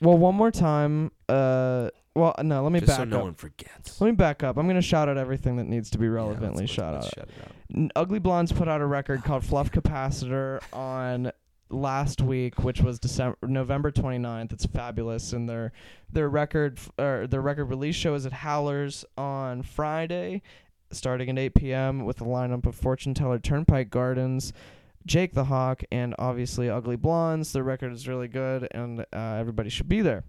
S2: Well, one more time. Uh. Well, no. Let me
S1: just
S2: back
S1: so no
S2: up.
S1: one forgets.
S2: let me back up. I'm gonna shout out everything that needs to be
S1: Yeah, let's-
S2: relevantly
S1: let's-
S2: shout
S1: let's
S2: out.
S1: Shout it out.
S2: N- Ugly Blondes put out a record called Fluff Capacitor on last week, which was December November 29th. It's fabulous, and their their record f- or their record release show is at Howlers on Friday, starting at 8 p.m. with a lineup of Fortune Teller Turnpike Gardens. Jake the Hawk and obviously Ugly Blondes. Their record is really good, and uh, everybody should be there.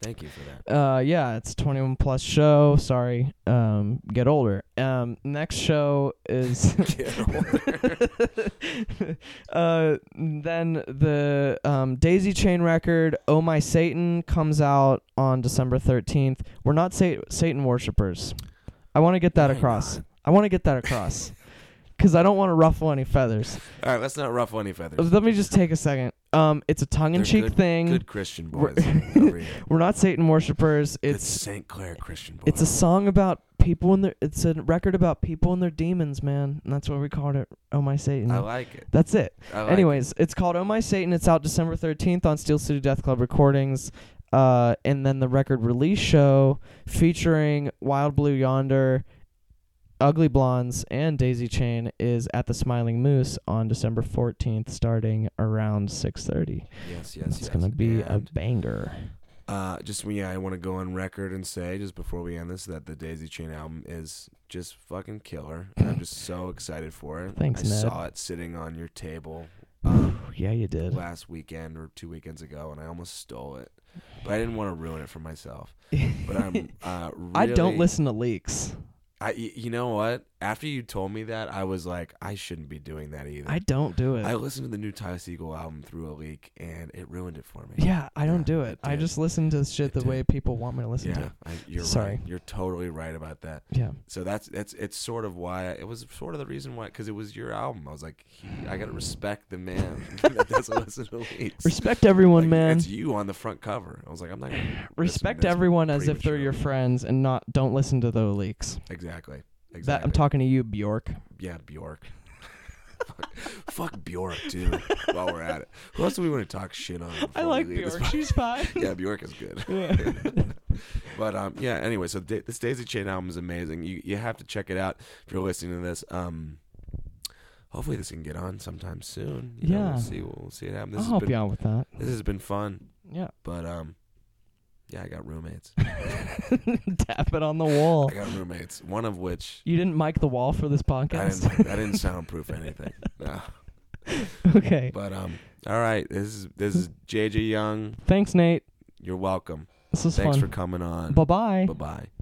S1: Thank you for
S2: [laughs]
S1: that.
S2: Uh, yeah, it's 21 plus show. Sorry, um, get older. Um, next show is
S1: Get older.
S2: [laughs] uh, then the um, Daisy Chain record, "Oh My Satan," comes out on December 13th. We're not sa- Satan worshippers. I want to get that
S1: Why
S2: across.
S1: not?
S2: I want to get that
S1: [laughs]
S2: across because I don't want to ruffle any feathers.
S1: [laughs] All right, let's not ruffle any feathers.
S2: Let me just take a second. Um, it's a tongue-in-cheek
S1: They're
S2: thing.
S1: Good Christian
S2: We're- [laughs]
S1: boys over here.
S2: We're not Satan worshippers.
S1: It's
S2: It's
S1: St. Clair Christian boys.
S2: It's a song about people and their it's a record about people and their demons, man. And that's what we called it. Oh my Satan.
S1: I like it.
S2: that's it.
S1: I like
S2: Anyways, it's called Oh My Satan. It's out December 13th on Steel City Death Club Recordings. Uh, and then the record release show featuring Wild Blue Yonder, Ugly Blondes, and Daisy Chain is at the Smiling Moose on December 14th, starting around 6:30.
S1: it. yes, yes,
S2: It's
S1: yes.
S2: gonna be a
S1: And,
S2: banger.
S1: [sighs] uh, just yeah, I want to go on record and say just before we end this that the Daisy Chain album is just fucking killer. And I'm just so excited for it.
S2: Thanks,
S1: I
S2: Ned.
S1: saw it sitting on your table. Um,
S2: yeah, you did.
S1: last weekend or two weekends ago, and I almost stole it, but I didn't want to ruin it for myself. But
S2: [laughs]
S1: I'm, uh, really,
S2: I don't listen to leaks.
S1: I, y- you know what? After you told me that, I was like, I shouldn't be doing that either.
S2: I don't do it.
S1: I listened to the new Ty Segall album through a leak, and it ruined it for me.
S2: yeah, I don't
S1: Yeah,
S2: do it.
S1: I
S2: I
S1: did.
S2: just listen to shit
S1: It
S2: the
S1: did.
S2: way people want me to listen
S1: yeah.
S2: to.
S1: I, you're
S2: Sorry.
S1: right. You're totally right about that.
S2: Yeah.
S1: So that's that's it's sort of why it was sort of the reason why because it was your album. I was like, he, I gotta respect the man [laughs] that doesn't listen to leaks.
S2: Respect everyone,
S1: Like,
S2: man.
S1: It's you on the front cover. I was like, I'm not gonna
S2: respect
S1: that's
S2: everyone as if they're
S1: premature.
S2: your friends and not don't listen to the leaks.
S1: Exactly. Exactly.
S2: That I'm talking to you, Bjork.
S1: Yeah, Bjork. [laughs] fuck, fuck Bjork too. While we're at it, who else do we want to talk shit on?
S2: I
S1: before we
S2: like
S1: leave this
S2: Bjork.
S1: pod-
S2: She's fine.
S1: [laughs] yeah, Bjork is good.
S2: [laughs] Yeah.
S1: But um, yeah. Anyway, so da- this Daisy Chain album is amazing. You you have to check it out if you're listening to this. Um, hopefully this can get on sometime soon. You know,
S2: Yeah.
S1: we'll see. We'll see it happen.
S2: I'll
S1: This has
S2: help
S1: been
S2: you out with that.
S1: this has been fun, [laughs]
S2: Yeah. [laughs]
S1: but um, yeah, I got roommates.
S2: Tap it on the wall.
S1: I got roommates. One of which
S2: You didn't mic the wall for this
S1: I
S2: podcast?
S1: didn't. I didn't soundproof anything. No.
S2: okay.
S1: But um, all right. This is this is JJ Young.
S2: Thanks, Nate.
S1: You're welcome.
S2: This was
S1: Thanks for
S2: fun.
S1: coming on.
S2: Bye bye.
S1: Bye bye.